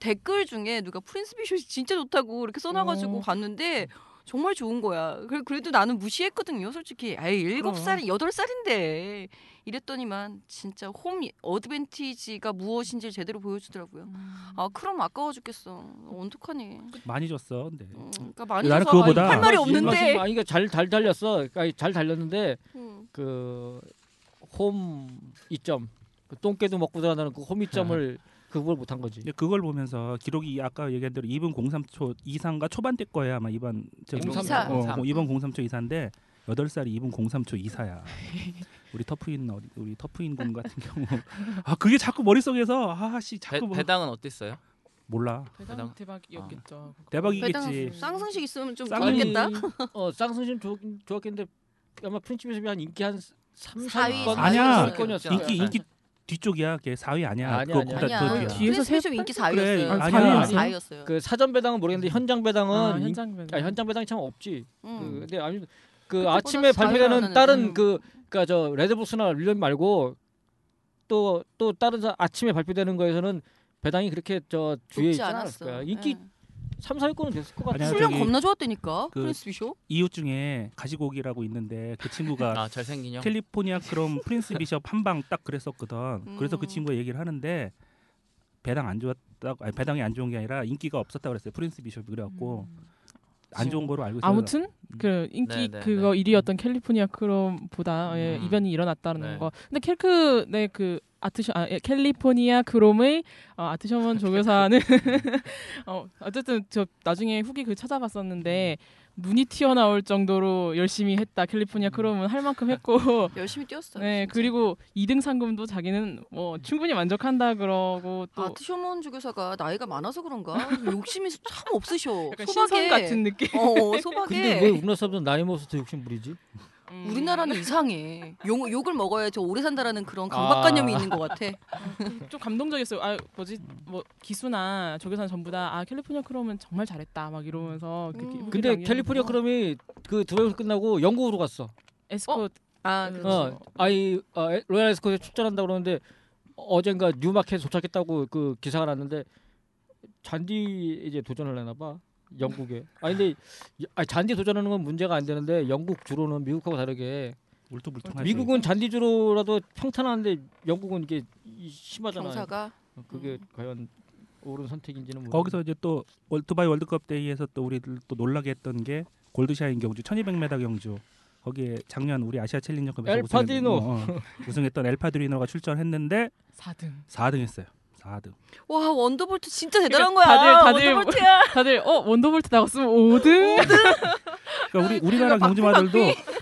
Speaker 6: 댓글 중에 누가 프린스 비숍이 진짜 좋다고 이렇게 써놔가지고
Speaker 2: 어.
Speaker 6: 봤는데 정말 좋은 거야. 그래, 그래도 나는 무시했거든요, 솔직히. 아이 일곱
Speaker 2: 그럼.
Speaker 6: 살, 여덟 살인데 이랬더니만 진짜 홈 어드밴티지가 무엇인지 를 제대로 보여주더라고요. 아 크롬 아까워 죽겠어. 어떡하니?
Speaker 4: 많이 줬어. 근데
Speaker 6: 음, 그러니까 많이
Speaker 4: 나는
Speaker 6: 줘서
Speaker 4: 그거보다-
Speaker 6: 할 말이
Speaker 5: 이 맛이-
Speaker 6: 없는데.
Speaker 5: 아니 그러니까 잘잘 달렸어. 그러니까 잘 달렸는데
Speaker 6: 음.
Speaker 5: 그홈 이점 그 똥개도 먹고 살아나는 그홈 이점을 그걸 못한 거지.
Speaker 4: 근데 그걸 보면서 기록이 아까 얘기한 대로 2분 03초 이상과 초반대 거야 아마 이번 저
Speaker 5: 03.
Speaker 4: 이사. 어,
Speaker 3: 이사.
Speaker 4: 2분 03초 이사인데 8살이 2분 03초 이사야. 우리 터프인 어디- 우리 터프인 군 같은 경우 아 그게 자꾸 머릿속에서 아씨
Speaker 3: 배,
Speaker 4: 자꾸 뭐-
Speaker 3: 배당은 어땠어요?
Speaker 4: 몰라
Speaker 2: 대박 대박이었겠죠.
Speaker 4: 아. 대박이겠지.
Speaker 6: 배당 쌍승식 있으면 좀
Speaker 4: 쌍승.
Speaker 6: 좋겠다.
Speaker 5: 어 쌍순신 좋, 좋았겠는데 아마 프린치비숍이 한 인기 한 3,
Speaker 6: 사위,
Speaker 5: 4위권
Speaker 4: 아니야.
Speaker 5: 위권이었어.
Speaker 2: 그
Speaker 4: 인기 인기 뒤쪽이야. 걔 4위 아니야.
Speaker 5: 아니야,
Speaker 4: 그거보다
Speaker 5: 아니야.
Speaker 4: 더
Speaker 6: 아니야.
Speaker 4: 뒤야.
Speaker 2: 뒤에서
Speaker 6: 프린스 비숍 인기 4위였어요.
Speaker 4: 그래,
Speaker 2: 아니야.
Speaker 6: 4위였어요.
Speaker 5: 그 사전 배당은 모르겠는데 현장 배당은
Speaker 2: 아,
Speaker 5: 인,
Speaker 2: 현장 배당.
Speaker 5: 아, 현장 배당이 참 없지. 그,
Speaker 6: 음.
Speaker 5: 근데 아니 그
Speaker 6: 그때보다
Speaker 5: 아침에 발표되는
Speaker 6: 자유로운
Speaker 5: 다른
Speaker 6: 음.
Speaker 5: 그 그러니까 저 레드복스나 윌런 말고 또 또 다른 사- 아침에 발표되는 거에서는 배당이 그렇게 저 뒤에
Speaker 6: 좋지
Speaker 5: 있지 않았을
Speaker 6: 않았어.
Speaker 5: 거야. 인기
Speaker 6: 예.
Speaker 5: 3, 4위권은 됐을 것 같아.
Speaker 4: 아니야,
Speaker 6: 훈련
Speaker 4: 저기-
Speaker 6: 겁나 좋았다니까.
Speaker 4: 그-
Speaker 6: 프린스 비숍.
Speaker 4: 이웃 중에 가시고기라고 있는데 그 친구가
Speaker 3: 아 잘생긴 형.
Speaker 4: 캘리포니아 그럼 프린스 비숍 한 방 딱 그랬었거든. 그래서 그
Speaker 6: 음.
Speaker 4: 친구가 얘기를 하는데 배당 안 좋았다고 아니 배당이 안 좋은 게 아니라 인기가 없었다 고 그랬어요. 프린스 비숍이
Speaker 5: 음.
Speaker 4: 그래갖고 음. 안 좋은 거로 알고
Speaker 2: 음.
Speaker 4: 있어요.
Speaker 2: 아무튼 그 인기
Speaker 3: 네, 네,
Speaker 2: 그거 1위였던 캘리포니아 크롬보다 예,
Speaker 3: 음.
Speaker 2: 이변이 일어났다는
Speaker 3: 네.
Speaker 2: 거. 근데 켈크 네그 아트셔 아, 예, 캘리포니아 크롬의 어, 아트셔먼 조교사는 어, 어쨌든 저 나중에 후기 그 찾아봤었는데
Speaker 4: 음.
Speaker 2: 눈이 튀어나올 정도로 열심히 했다. 캘리포니아 크롬은 할 만큼 했고
Speaker 6: 열심히 뛰었어요.
Speaker 2: 네
Speaker 6: 진짜. 음.
Speaker 2: 그리고 2등 상금도 자기는 뭐 충분히 만족한다 그러고 또
Speaker 6: 아트 쇼먼 주교사가 나이가 많아서 그런가 욕심이 참 없으셔.
Speaker 2: 약간
Speaker 6: 소박해.
Speaker 2: 신선 같은 느낌.
Speaker 6: 어, 어,
Speaker 5: 근데 왜
Speaker 6: 소박해.
Speaker 5: 우리나라 사람들은 나이 먹어서 더 욕심 부리지?
Speaker 2: 음.
Speaker 6: 우리나라는 이상해. 욕, 욕을 먹어야 저 오래 산다라는 그런 강박관념이
Speaker 5: 아.
Speaker 6: 있는 것 같아.
Speaker 2: 좀 감동적이었어요. 아 뭐지 뭐 기수나 조교사는 전부 다 아 캘리포니아 크롬은 정말 잘했다 막 이러면서
Speaker 6: 음.
Speaker 2: 그렇게
Speaker 5: 근데 캘리포니아 크롬이 그 두바이에서 끝나고 영국으로 갔어.
Speaker 2: 에스코
Speaker 6: 아,
Speaker 2: 그렇죠.
Speaker 5: 어, 아이 어, 에- 로얄 에스코트에 출전한다 그러는데 어젠가 뉴마켓 도착했다고 그 기사가 났는데 잔디 이제 도전을 하나 봐. 영국에. 아 근데 이- 아니, 잔디 도전하는 건 문제가 안 되는데 영국 주로는 미국하고 다르게
Speaker 4: 울퉁불퉁하지.
Speaker 5: 미국은 잔디 주로라도 평탄하는데 영국은 이게 이- 심하잖아요.
Speaker 6: 경사가
Speaker 5: 그게 과연 옳은 선택인지는 모르겠
Speaker 4: 거기서 이제 또 월- 두바이 월드컵 대회에서 또 우리들 또 놀라게 했던 게 골드샤인 경주 1200m 경주 거기에 작년 우리 아시아 챌린저컵에서
Speaker 5: 엘파디노.
Speaker 4: 우승했던, 어, 우승했던 엘파드리노가 출전했는데
Speaker 2: 4등.
Speaker 4: 4등했어요. 4등.
Speaker 6: 와 원더볼트 진짜 대단한 거야.
Speaker 2: 그렇죠. 그러니까 다들- 다들-
Speaker 6: 원더볼트야.
Speaker 2: 다들 어 원더볼트 나갔으면
Speaker 6: 어?
Speaker 2: 5등.
Speaker 4: 그러니까 우리 우리나라
Speaker 6: 그거
Speaker 4: 경주마들도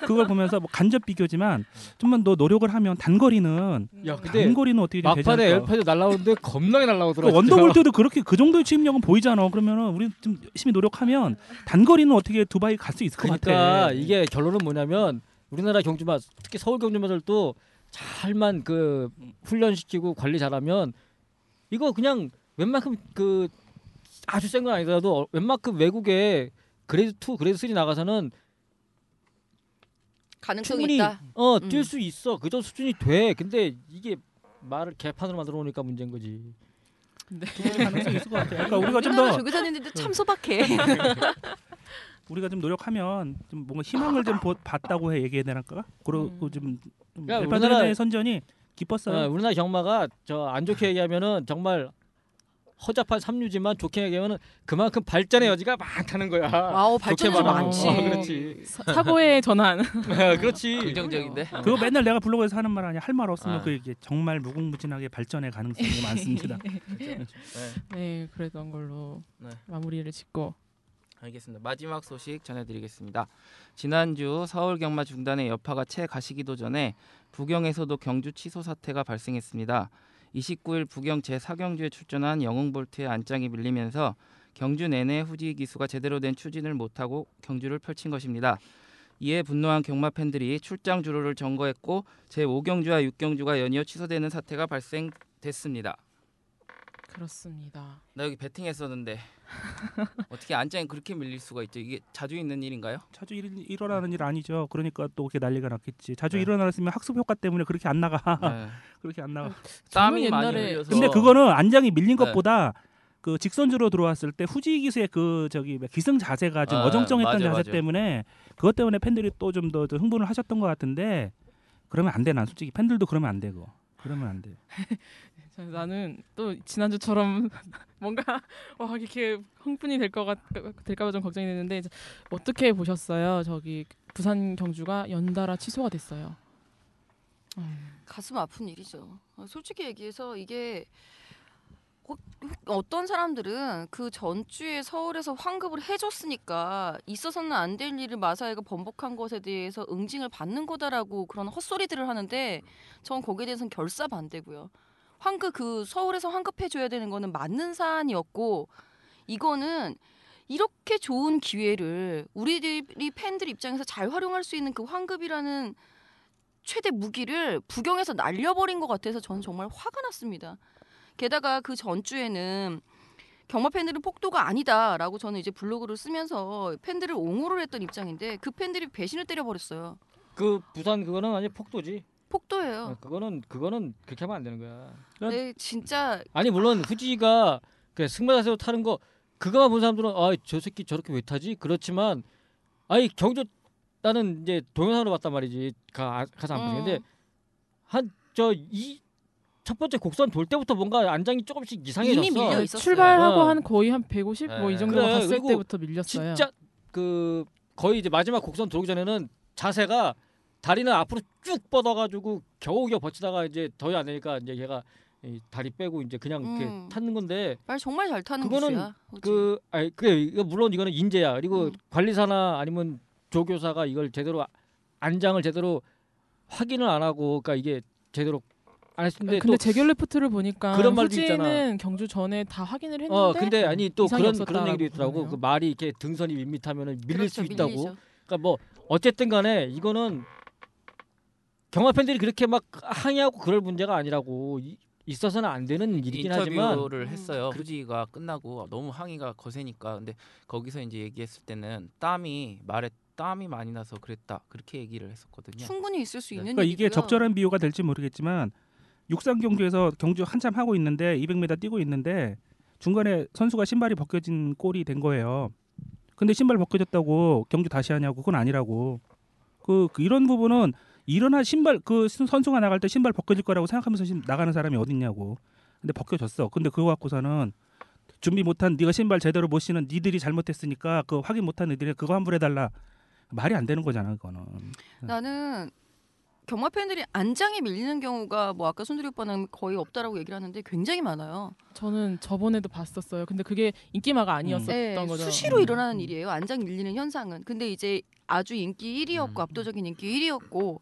Speaker 4: 그걸 보면서 뭐 간접 비교지만 좀만 더 노력을 하면 단거리는
Speaker 5: 야 근데
Speaker 4: 단거리는 어떻게 좀 되지
Speaker 5: 음. 막판에
Speaker 4: 않을까?
Speaker 5: 엘파도 그렇죠. 날라오는데 겁나게 날라오더라.
Speaker 4: 그 원더볼트도 그렇게 그 정도의 추임력은 보이잖아. 그러면은 우리 좀 열심히 노력하면 단거리는 어떻게 두바이 갈 수 있을 것 같아.
Speaker 5: 그러니까 이게 결론은 뭐냐면 우리나라 경주마 특히 서울 경주마들도 잘만 그 훈련시키고 관리 잘하면 이거 그냥 웬만큼 그 아주 센 건 아니더라도 어- 웬만큼 외국에 그레이드 2, 그레이드 3 나가서는
Speaker 6: 가능성이
Speaker 5: 충분히
Speaker 6: 있다.
Speaker 5: 어
Speaker 6: 음.
Speaker 5: 뛸 수 있어 그 정도 수준이 돼 근데 이게 말을 개판으로 만들어 놓으니까 문제인 거지
Speaker 4: 가능성이 있을 것 같아. 그러니까 우리가 좀
Speaker 6: 우리나라
Speaker 4: 더
Speaker 6: 조교 다니는데 참 소박해.
Speaker 4: 우리가 좀 노력하면 좀 뭔가 희망을 좀 보- 봤다고 해 얘기해야 되나까? 그러고 좀, 좀
Speaker 5: 그러니까
Speaker 4: 엘파드리노의
Speaker 5: 우리나라-
Speaker 4: 선전이
Speaker 5: 어,
Speaker 4: 기뻤어요.
Speaker 5: 우리나라 경마가 저 안 좋게 얘기하면은 정말 허접한 삼류지만 좋게 얘기하면은 그만큼 발전의 여지가 많다는 거야
Speaker 6: 와우 아, 발전이
Speaker 5: 좋게 말하는
Speaker 6: 많지.
Speaker 5: 거.
Speaker 6: 아,
Speaker 5: 어, 그렇지.
Speaker 2: 사- 사고의 전환.
Speaker 5: 그렇지
Speaker 3: 긍정적인데.
Speaker 4: 그거 맨날 내가 블로그에서 하는 말 아니야. 할 말 없으면
Speaker 3: 아.
Speaker 4: 그 이게 정말 무궁무진하게 발전의 가능성이 많습니다.
Speaker 2: 네, 그랬던 걸로
Speaker 3: 네.
Speaker 2: 마무리를 짓고
Speaker 3: 알겠습니다. 마지막 소식 전해드리겠습니다. 지난주 서울 경마 중단의 여파가 채 가시기도 전에 부경에서도 경주 취소 사태가 발생했습니다. 29일 부경 제4경주에 출전한 영웅볼트의 안장이 밀리면서 경주 내내 후지 기수가 제대로 된 추진을 못하고 경주를 펼친 것입니다. 이에 분노한 경마 팬들이 출장 주로를 점거했고 제5경주와 6경주가 연이어 취소되는 사태가 발생됐습니다.
Speaker 2: 그렇습니다.
Speaker 3: 나 여기 베팅했었는데 어떻게 안장이 그렇게 밀릴 수가 있죠? 이게 자주 있는 일인가요?
Speaker 4: 자주 일, 일어나는 일 아니죠. 그러니까 또 그렇게 난리가 났겠지. 자주
Speaker 3: 네.
Speaker 4: 일어났으면 학습 효과 때문에 그렇게 안 나가.
Speaker 3: 네.
Speaker 4: 그렇게 안 나가.
Speaker 2: 저는
Speaker 3: 땀이 많이
Speaker 2: 옛날에-
Speaker 3: 흘려서.
Speaker 4: 근데 그거는 안장이 밀린
Speaker 3: 네.
Speaker 4: 것보다 그 직선주로 들어왔을 때 후지 기수의 그 저기 기승 자세가 좀
Speaker 3: 아,
Speaker 4: 어정쩡했던
Speaker 3: 맞아요,
Speaker 4: 자세
Speaker 3: 맞아요.
Speaker 4: 때문에 그것 때문에 팬들이 또 좀 더 흥분을 하셨던 것 같은데 그러면 안 돼 난 솔직히 팬들도 그러면 안 되고 그러면 안 돼.
Speaker 2: 자, 나는 또 지난주처럼 뭔가 와 이렇게 흥분이 될 것 같 될까봐 좀 걱정이 되는데 이제 어떻게 보셨어요? 저기 부산 경주가 연달아 취소가 됐어요. 음,
Speaker 6: 가슴 아픈 일이죠. 어, 솔직히 얘기해서 이게 어- 어떤 사람들은 그 전주에 서울에서 환급을 해줬으니까 있어서는 안 될 일을 마사회가 번복한 것에 대해서 응징을 받는 거다라고 그런 헛소리들을 하는데 저는 거기에 대해서는 결사 반대고요. 환급 그 서울에서 환급해줘야 되는 거는 맞는 사안이었고 이거는 이렇게 좋은 기회를 우리들이 팬들 입장에서 잘 활용할 수 있는 그 환급이라는 최대 무기를 부경에서 날려버린 것 같아서 저는 정말 화가 났습니다. 게다가 그 전주에는 경마 팬들은 폭도가 아니다라고 저는 이제 블로그를 쓰면서 팬들을 옹호를 했던 입장인데 그 팬들이 배신을 때려버렸어요.
Speaker 5: 그 부산 그거는 아니 폭도지. 어,
Speaker 6: 폭도예요.
Speaker 5: 그거는 그거는 그렇게 하면 안 되는 거야.
Speaker 6: 네, 진짜
Speaker 5: 아니 물론 후지가 그 승마자세로 타는 거 그거만 본 사람들은 아 저 새끼 저렇게 왜 타지? 그렇지만 아니 경주 나는 이제 동영상으로 봤단 말이지 가, 가서 안 보는데
Speaker 6: 음.
Speaker 5: 한 저 이 첫 번째 곡선 돌 때부터 뭔가 안장이 조금씩 이상해졌어.
Speaker 6: 이미 밀려 있었어요.
Speaker 2: 출발하고
Speaker 5: 어.
Speaker 2: 한 거의 한 150 뭐 이
Speaker 3: 네.
Speaker 2: 정도
Speaker 5: 그래,
Speaker 2: 갔을
Speaker 5: 그리고
Speaker 2: 때부터 밀렸어요.
Speaker 5: 진짜 그 거의 이제 마지막 곡선 들어오기 전에는 자세가 다리는 앞으로 쭉 뻗어가지고 겨우겨우 버티다가 이제 더위 안 되니까 이제 걔가 이 다리 빼고 이제 그냥
Speaker 6: 음.
Speaker 5: 이렇게 탔는 건데
Speaker 6: 말 정말 잘 타는
Speaker 5: 그거는
Speaker 6: 기수야. 그치?
Speaker 5: 그 아니 그래 이거 물론 이거는 인재야 그리고
Speaker 6: 음.
Speaker 5: 관리사나 아니면 조교사가 이걸 제대로 아- 안장을 제대로 확인을 안 하고 그러니까 이게 제대로 안 했는데
Speaker 2: 근데 재결 리포트를 보니까
Speaker 5: 그런 말도
Speaker 2: 후지는
Speaker 5: 있잖아.
Speaker 2: 경주 전에 다 확인을 했는데
Speaker 5: 또어 근데 아니 또
Speaker 2: 이상이
Speaker 5: 그런
Speaker 2: 없었다라고
Speaker 5: 그런 얘기도 있더라고
Speaker 2: 그러네요.
Speaker 5: 그 말이 이렇게 등선이 밋밋하면은 밀릴
Speaker 6: 그렇죠,
Speaker 5: 수 있다고
Speaker 6: 밀리죠.
Speaker 5: 그러니까 뭐 어쨌든 간에 이거는 경마 팬들이 그렇게 막 항의하고 그럴 문제가 아니라고 이- 있어서는 안 되는 일이긴 하지만
Speaker 3: 인터뷰를
Speaker 6: 음.
Speaker 3: 했어요. 후지가 끝나고 너무 항의가 거세니까 근데 거기서 이제 얘기했을 때는 땀이 말에 땀이 많이 나서 그랬다 그렇게 얘기를 했었거든요.
Speaker 6: 충분히 있을 수
Speaker 3: 네.
Speaker 6: 있는
Speaker 4: 그러니까 이게
Speaker 6: 일이고요.
Speaker 4: 적절한 비유가 될지 모르겠지만 육상 경주에서 경주 한참 하고 있는데 200m 뛰고 있는데 중간에 선수가 신발이 벗겨진 꼴이 된 거예요. 근데 신발 벗겨졌다고 경주 다시 하냐고 그건 아니라고. 그, 그 이런 부분은 일어나 신발 그 선- 선수가 나갈 때 신발 벗겨질 거라고 생각하면서 신- 나가는 사람이 어딨냐고. 근데 벗겨졌어. 근데 그거 갖고서는 준비 못한 네가 신발 제대로 못 신은 니들이 잘못했으니까 그 확인 못한 애들이 그거 환불해 달라. 말이 안 되는 거잖아 그거는.
Speaker 5: 네.
Speaker 6: 나는 경마 팬들이 안장에 밀리는 경우가 뭐 아까 순두리 오빠는 거의 없다라고 얘기를 하는데 굉장히 많아요.
Speaker 2: 저는 저번에도 봤었어요. 근데 그게 인기마가 아니었었던
Speaker 6: 네,
Speaker 2: 거죠.
Speaker 6: 수시로
Speaker 2: 음.
Speaker 6: 일어나는 일이에요. 안장 밀리는 현상은. 근데 이제 아주 인기 1위였고
Speaker 3: 음.
Speaker 6: 압도적인 인기 1위였고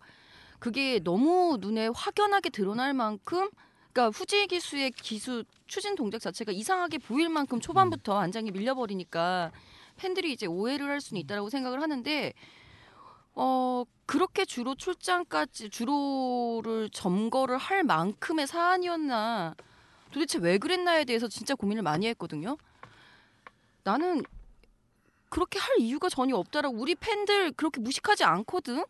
Speaker 6: 그게 너무 눈에 확연하게 드러날 만큼 그러니까 후지 기수의 기수 추진 동작 자체가 이상하게 보일 만큼 초반부터 안장이 밀려버리니까 팬들이 이제 오해를 할 수는 있다라고 생각을 하는데 어 그렇게 주로 출장까지 주로를 점거를 할 만큼의 사안이었나 도대체 왜 그랬나에 대해서 진짜 고민을 많이 했거든요. 나는 그렇게 할 이유가 전혀 없다라고 우리 팬들 그렇게 무식하지 않거든.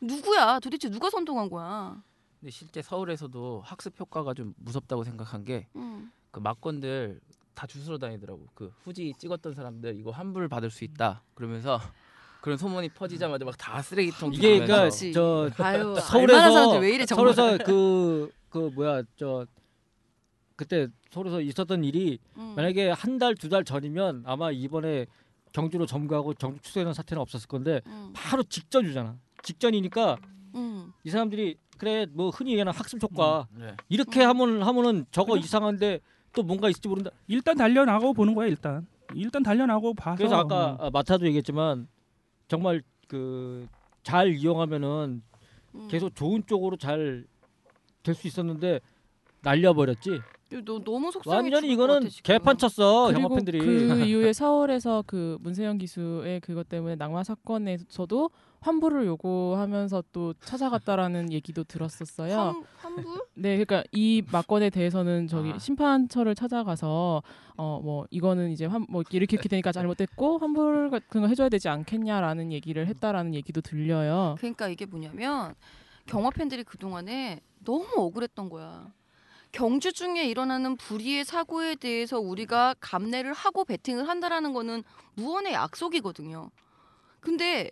Speaker 6: 누구야? 도대체 누가 선동한 거야?
Speaker 3: 근데 실제 서울에서도 학습 효과가 좀 무섭다고 생각한 게 그
Speaker 6: 음.
Speaker 3: 막건들 다 주스러 다니더라고. 그 후지 찍었던 사람들 이거 환불 받을 수 있다. 그러면서 그런 소문이 퍼지자마자 막 다 쓰레기통
Speaker 5: 이게
Speaker 3: 들어가면서
Speaker 5: 그러니까
Speaker 6: 그렇지.
Speaker 5: 저
Speaker 6: 아유, 얼마나
Speaker 5: 서울에서
Speaker 6: 사람들 왜 이래 정말.
Speaker 5: 서울에서 그, 그 뭐야 저 그때 서울에서 있었던 일이
Speaker 6: 음.
Speaker 5: 만약에 한 달 두 달 전이면 아마 이번에 경주로 점거하고 경주 추세는 사태는 없었을 건데
Speaker 6: 음.
Speaker 5: 바로 직전이잖아. 직전이니까
Speaker 6: 음.
Speaker 5: 이 사람들이 그래 뭐 흔히 얘기하는 학습 효과
Speaker 3: 네.
Speaker 5: 이렇게
Speaker 6: 음.
Speaker 5: 하면 하면은 저거 이상한데 또 뭔가 있을지 모른다.
Speaker 4: 일단 달려나가고 보는 거야 일단. 일단 달려나가고 봐서.
Speaker 5: 그래서 아까
Speaker 4: 음.
Speaker 5: 아, 마타도 얘기했지만 정말 그 잘 이용하면은
Speaker 6: 음.
Speaker 5: 계속 좋은 쪽으로 잘 될 수 있었는데 날려버렸지.
Speaker 6: 너 너무 속상해.
Speaker 5: 완전히
Speaker 6: 죽을 것
Speaker 5: 이거는
Speaker 6: 같아, 지금.
Speaker 5: 개판 쳤어
Speaker 2: 그리고
Speaker 5: 영화팬들이.
Speaker 2: 그 이후에 서울에서 그 문세영 기수의 그것 때문에 낙마 사건에서도 환불을 요구하면서 또 찾아갔다라는 얘기도 들었었어요.
Speaker 6: 환- 환불?
Speaker 2: 네, 그러니까 이 막건에 대해서는 저기
Speaker 3: 아.
Speaker 2: 심판처를 찾아가서 어 뭐 이거는 이제 환 뭐 이렇게 이렇게 되니까 잘못됐고 환불 같은 거 해줘야 되지 않겠냐라는 얘기를 했다라는 얘기도 들려요.
Speaker 6: 그러니까 이게 뭐냐면 경화 팬들이 그 동안에 너무 억울했던 거야. 경주 중에 일어나는 불의의 사고에 대해서 우리가 감내를 하고 베팅을 한다라는 거는 무언의 약속이거든요. 근데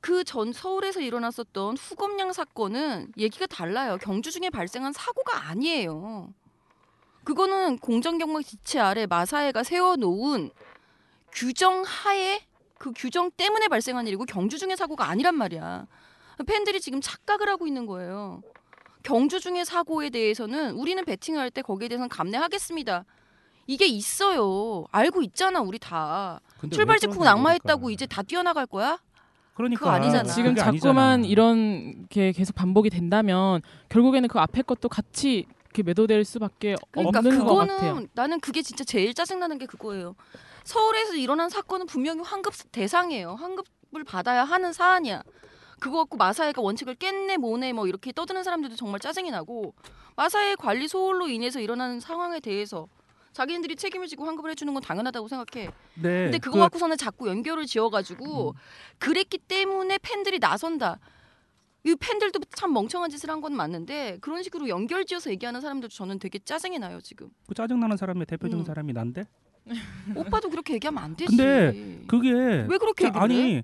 Speaker 6: 그 전 서울에서 일어났었던 후검량 사건은 얘기가 달라요. 경주 중에 발생한 사고가 아니에요. 그거는 공정경마 지체 아래 마사회가 세워놓은 규정 하에 그 규정 때문에 발생한 일이고 경주 중에 사고가 아니란 말이야. 팬들이 지금 착각을 하고 있는 거예요. 경주 중에 사고에 대해서는 우리는 베팅할 때 거기에 대해서는 감내하겠습니다. 이게 있어요. 알고 있잖아, 우리 다.
Speaker 4: 근데
Speaker 6: 출발
Speaker 4: 왜
Speaker 6: 직후
Speaker 4: 그러냐,
Speaker 6: 낙마했다고
Speaker 4: 그러니까.
Speaker 6: 이제 다 뛰어나갈 거야?
Speaker 4: 그러니까
Speaker 6: 그거 아니잖아.
Speaker 4: 그게
Speaker 2: 지금 자꾸만
Speaker 4: 아니잖아.
Speaker 2: 이런 게 계속 반복이 된다면 결국에는 그 앞에 것도 같이 이렇게 매도될 수밖에
Speaker 6: 그러니까
Speaker 2: 없는 것
Speaker 6: 그거는
Speaker 2: 같아요.
Speaker 6: 나는 그게 진짜 제일 짜증나는 게 그거예요. 서울에서 일어난 사건은 분명히 환급 대상이에요. 환급을 받아야 하는 사안이야. 그거 갖고 마사회가 원칙을 깼네 뭐네 뭐 이렇게 떠드는 사람들도 정말 짜증이 나고 마사회 관리 소홀로 인해서 일어나는 상황에 대해서 자기네들이 책임을 지고 환급을 해주는 건 당연하다고 생각해.
Speaker 4: 네,
Speaker 6: 근데 그거
Speaker 4: 그-
Speaker 6: 갖고서는 자꾸 연결을 지어가지고 그랬기 때문에 팬들이 나선다. 이 팬들도 참 멍청한 짓을 한 건 맞는데 그런 식으로 연결 지어서 얘기하는 사람들 저는 되게 짜증이 나요 지금.
Speaker 4: 그 짜증 나는 사람의 대표적인
Speaker 6: 음.
Speaker 4: 사람이 난데
Speaker 6: 오빠도 그렇게 얘기하면 안 되지.
Speaker 4: 근데 그게
Speaker 6: 왜 그렇게 얘기를 해?
Speaker 4: 아니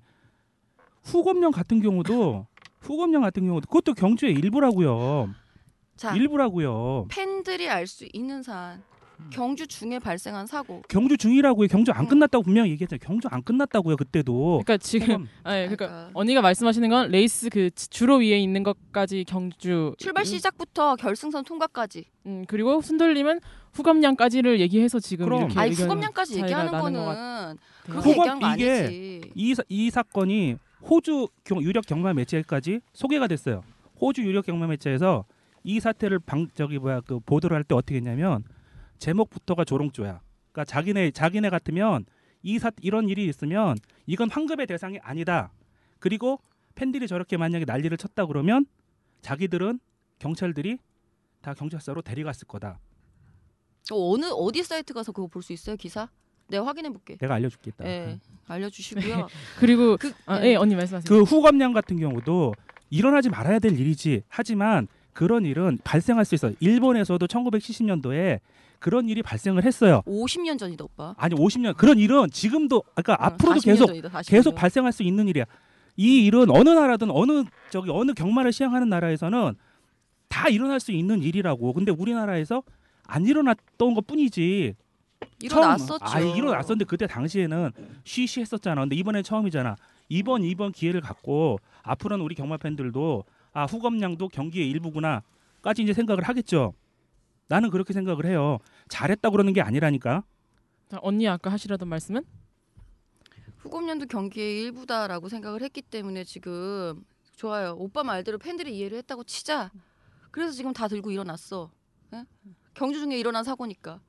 Speaker 4: 후검령 같은 경우도 후검령 같은 경우도 그것도 경주의 일부라고요.
Speaker 6: 자
Speaker 4: 일부라고요.
Speaker 6: 팬들이 알 수 있는 사안 경주 중에 발생한 사고.
Speaker 4: 경주 중이라고요. 경주 안
Speaker 6: 음.
Speaker 4: 끝났다고 분명히 얘기했잖아요. 경주 안 끝났다고요. 그때도.
Speaker 2: 그러니까 지금
Speaker 4: 후검.
Speaker 2: 아, 예, 그러니까
Speaker 6: 그러니까.
Speaker 2: 언니가 말씀하시는 건 레이스 그 지- 주로 위에 있는 것까지 경주
Speaker 6: 출발 시작부터 결승선 통과까지.
Speaker 2: 음, 그리고 순돌림은 후감량까지를 얘기해서 지금
Speaker 4: 그럼.
Speaker 2: 이렇게
Speaker 6: 아니
Speaker 2: 의견
Speaker 6: 후검량까지
Speaker 2: 차이가
Speaker 6: 얘기하는
Speaker 2: 나는 것
Speaker 6: 거는
Speaker 2: 같아요.
Speaker 6: 그렇게
Speaker 4: 후검
Speaker 6: 얘기한 거
Speaker 4: 이게
Speaker 6: 아니지.
Speaker 4: 이, 사- 이 사건이 호주 경- 유력 경마 매체까지 소개가 됐어요. 호주 유력 경마 매체에서 이 사태를 방 저기 뭐야 그 보도를 할 때 어떻게 했냐면 제목부터가 조롱조야. 그러니까 자기네 자기네 같으면 이사 이런 일이 있으면 이건 환급의 대상이 아니다. 그리고 팬들이 저렇게 만약에 난리를 쳤다 그러면 자기들은 경찰들이 다 경찰서로 데려갔을 거다.
Speaker 6: 어, 어느 어디 사이트 가서 그거 볼 수 있어요 기사? 내가 확인해 볼게.
Speaker 4: 내가 알려줄겠다. 네.
Speaker 6: 예, 알려주시고요.
Speaker 2: 그리고
Speaker 6: 그,
Speaker 2: 아,
Speaker 6: 네.
Speaker 2: 예, 언니 말씀하세요.
Speaker 4: 그 후감량 같은 경우도 일어나지 말아야 될 일이지. 하지만 그런 일은 발생할 수 있어. 일본에서도 1970년도에 그런 일이 발생을 했어요.
Speaker 6: 50년 전이다 오빠.
Speaker 4: 아니 50년 그런 일은 지금도 아까
Speaker 6: 어,
Speaker 4: 앞으로도
Speaker 6: 40년
Speaker 4: 계속
Speaker 6: 전이다, 40년.
Speaker 4: 계속 발생할 수 있는 일이야. 이 일은 어느 나라든 어느 저기 어느 경마를 시행하는 나라에서는 다 일어날 수 있는 일이라고. 근데 우리나라에서 안 일어났던 것 뿐이지.
Speaker 6: 일어났었죠.
Speaker 4: 예, 아, 일어났었는데 그때 당시에는 쉬쉬했었잖아. 근데 이번에 처음이잖아. 이번 이번 기회를 갖고 앞으로는 우리 경마 팬들도 아 후검량도 경기의 일부구나까지 이제 생각을 하겠죠. 나는 그렇게 생각을 해요. 잘했다 그러는 게 아니라니까.
Speaker 2: 자, 언니 아까 하시려던 말씀은?
Speaker 6: 후검년도 경기의 일부다라고 생각을 했기 때문에 지금 좋아요. 오빠 말대로 팬들이 이해를 했다고 치자. 그래서 지금 다 들고 일어났어. 예? 경주 중에 일어난 사고니까.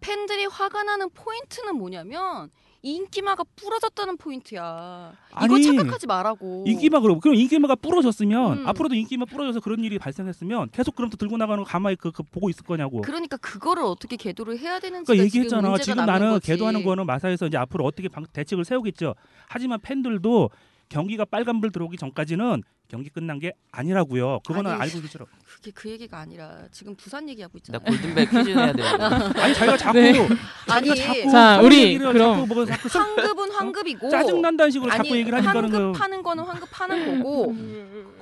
Speaker 6: 팬들이 화가 나는 포인트는 뭐냐면 인기마가 부러졌다는 포인트야. 이거
Speaker 4: 아니,
Speaker 6: 착각하지 말라고.
Speaker 4: 인기마 그럼 그럼 인기마가 부러졌으면
Speaker 6: 음.
Speaker 4: 앞으로도 인기마 부러져서 그런 일이 발생했으면 계속 그럼 또 들고 나가는 거 가만히 그, 그 보고 있을 거냐고.
Speaker 6: 그러니까 그거를 어떻게 계도를 해야 되는지
Speaker 4: 그러니까 얘기했잖아.
Speaker 6: 문제가
Speaker 4: 지금,
Speaker 6: 남는
Speaker 4: 나는
Speaker 6: 거지.
Speaker 4: 개도하는 거는 마사에서 이제 앞으로 어떻게 방- 대책을 세우겠죠. 하지만 팬들도 경기가 빨간불 들어오기 전까지는 경기 끝난 게 아니라고요. 그거는
Speaker 6: 아니.
Speaker 4: 알고 계시죠.
Speaker 6: 그게 그 얘기가 아니라 지금 부산 얘기하고
Speaker 3: 나
Speaker 6: 있잖아.
Speaker 3: 골든벨 퀴즈 내야 되거든.
Speaker 4: 아니 자기가 자꾸
Speaker 2: 네.
Speaker 4: 자기가
Speaker 6: 아니
Speaker 4: 자꾸
Speaker 2: 자,
Speaker 4: 할
Speaker 2: 우리
Speaker 4: 얘기를
Speaker 2: 그럼
Speaker 4: 자꾸 뭐 자꾸
Speaker 6: 환급은 환급이고
Speaker 4: 짜증 난다는 식으로
Speaker 6: 아니
Speaker 4: 자꾸 얘기를 하니까는 그-
Speaker 6: 환급하는 거는 환급하는 거고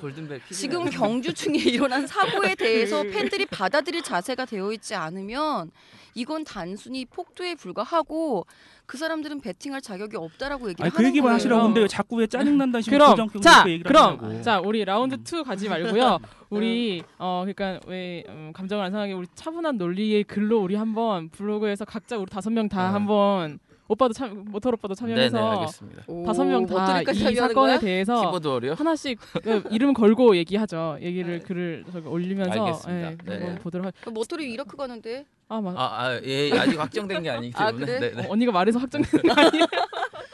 Speaker 3: 골든벨 퀴즈.
Speaker 6: 지금
Speaker 3: 내야 돼.
Speaker 6: 경주 중에 일어난 사고에 대해서
Speaker 2: 네.
Speaker 6: 팬들이 받아들일 자세가 되어 있지 않으면 이건 단순히 폭도에 불과하고 그 사람들은 베팅할 자격이 없다라고 얘기를
Speaker 4: 아니 그
Speaker 6: 하는
Speaker 4: 얘기만
Speaker 6: 거예요.
Speaker 4: 하시라고 근데 왜 자꾸 왜
Speaker 6: 어.
Speaker 4: 짜증 난다는 식으로
Speaker 2: 그럼
Speaker 4: 고정적으로
Speaker 2: 자
Speaker 4: 그 얘기를 하냐고.
Speaker 2: 그럼 자 우리 라운드 2 가지 말고요. 우리 어 그러니까 왜 음, 감정을 안 상하게 우리 차분한 논리의 글로 우리 한번 블로그에서 각자 우리 다섯 명 다
Speaker 3: 네.
Speaker 2: 한번 오빠도 참 모tor 오빠도
Speaker 3: 네네
Speaker 2: 참여해서
Speaker 3: 알겠습니다.
Speaker 6: 오,
Speaker 2: 다섯 명 다 이
Speaker 6: 어떨까지 참여하는
Speaker 2: 사건에
Speaker 6: 거야?
Speaker 2: 대해서
Speaker 3: 키보드 워리어.
Speaker 2: 하나씩 그 이름 걸고 얘기하죠. 얘기를 글을 저기 올리면서
Speaker 3: 네. 알겠습니다. 네.
Speaker 2: 한번 보도록 하.
Speaker 6: 그럼 모토리 이렇게 가는데
Speaker 2: 아 맞.
Speaker 3: 아예 아직 확정된 게 아니기
Speaker 6: 아,
Speaker 3: 때문에.
Speaker 6: 그래?
Speaker 3: 네네.
Speaker 2: 어, 언니가 말해서 확정된 거 아니에요?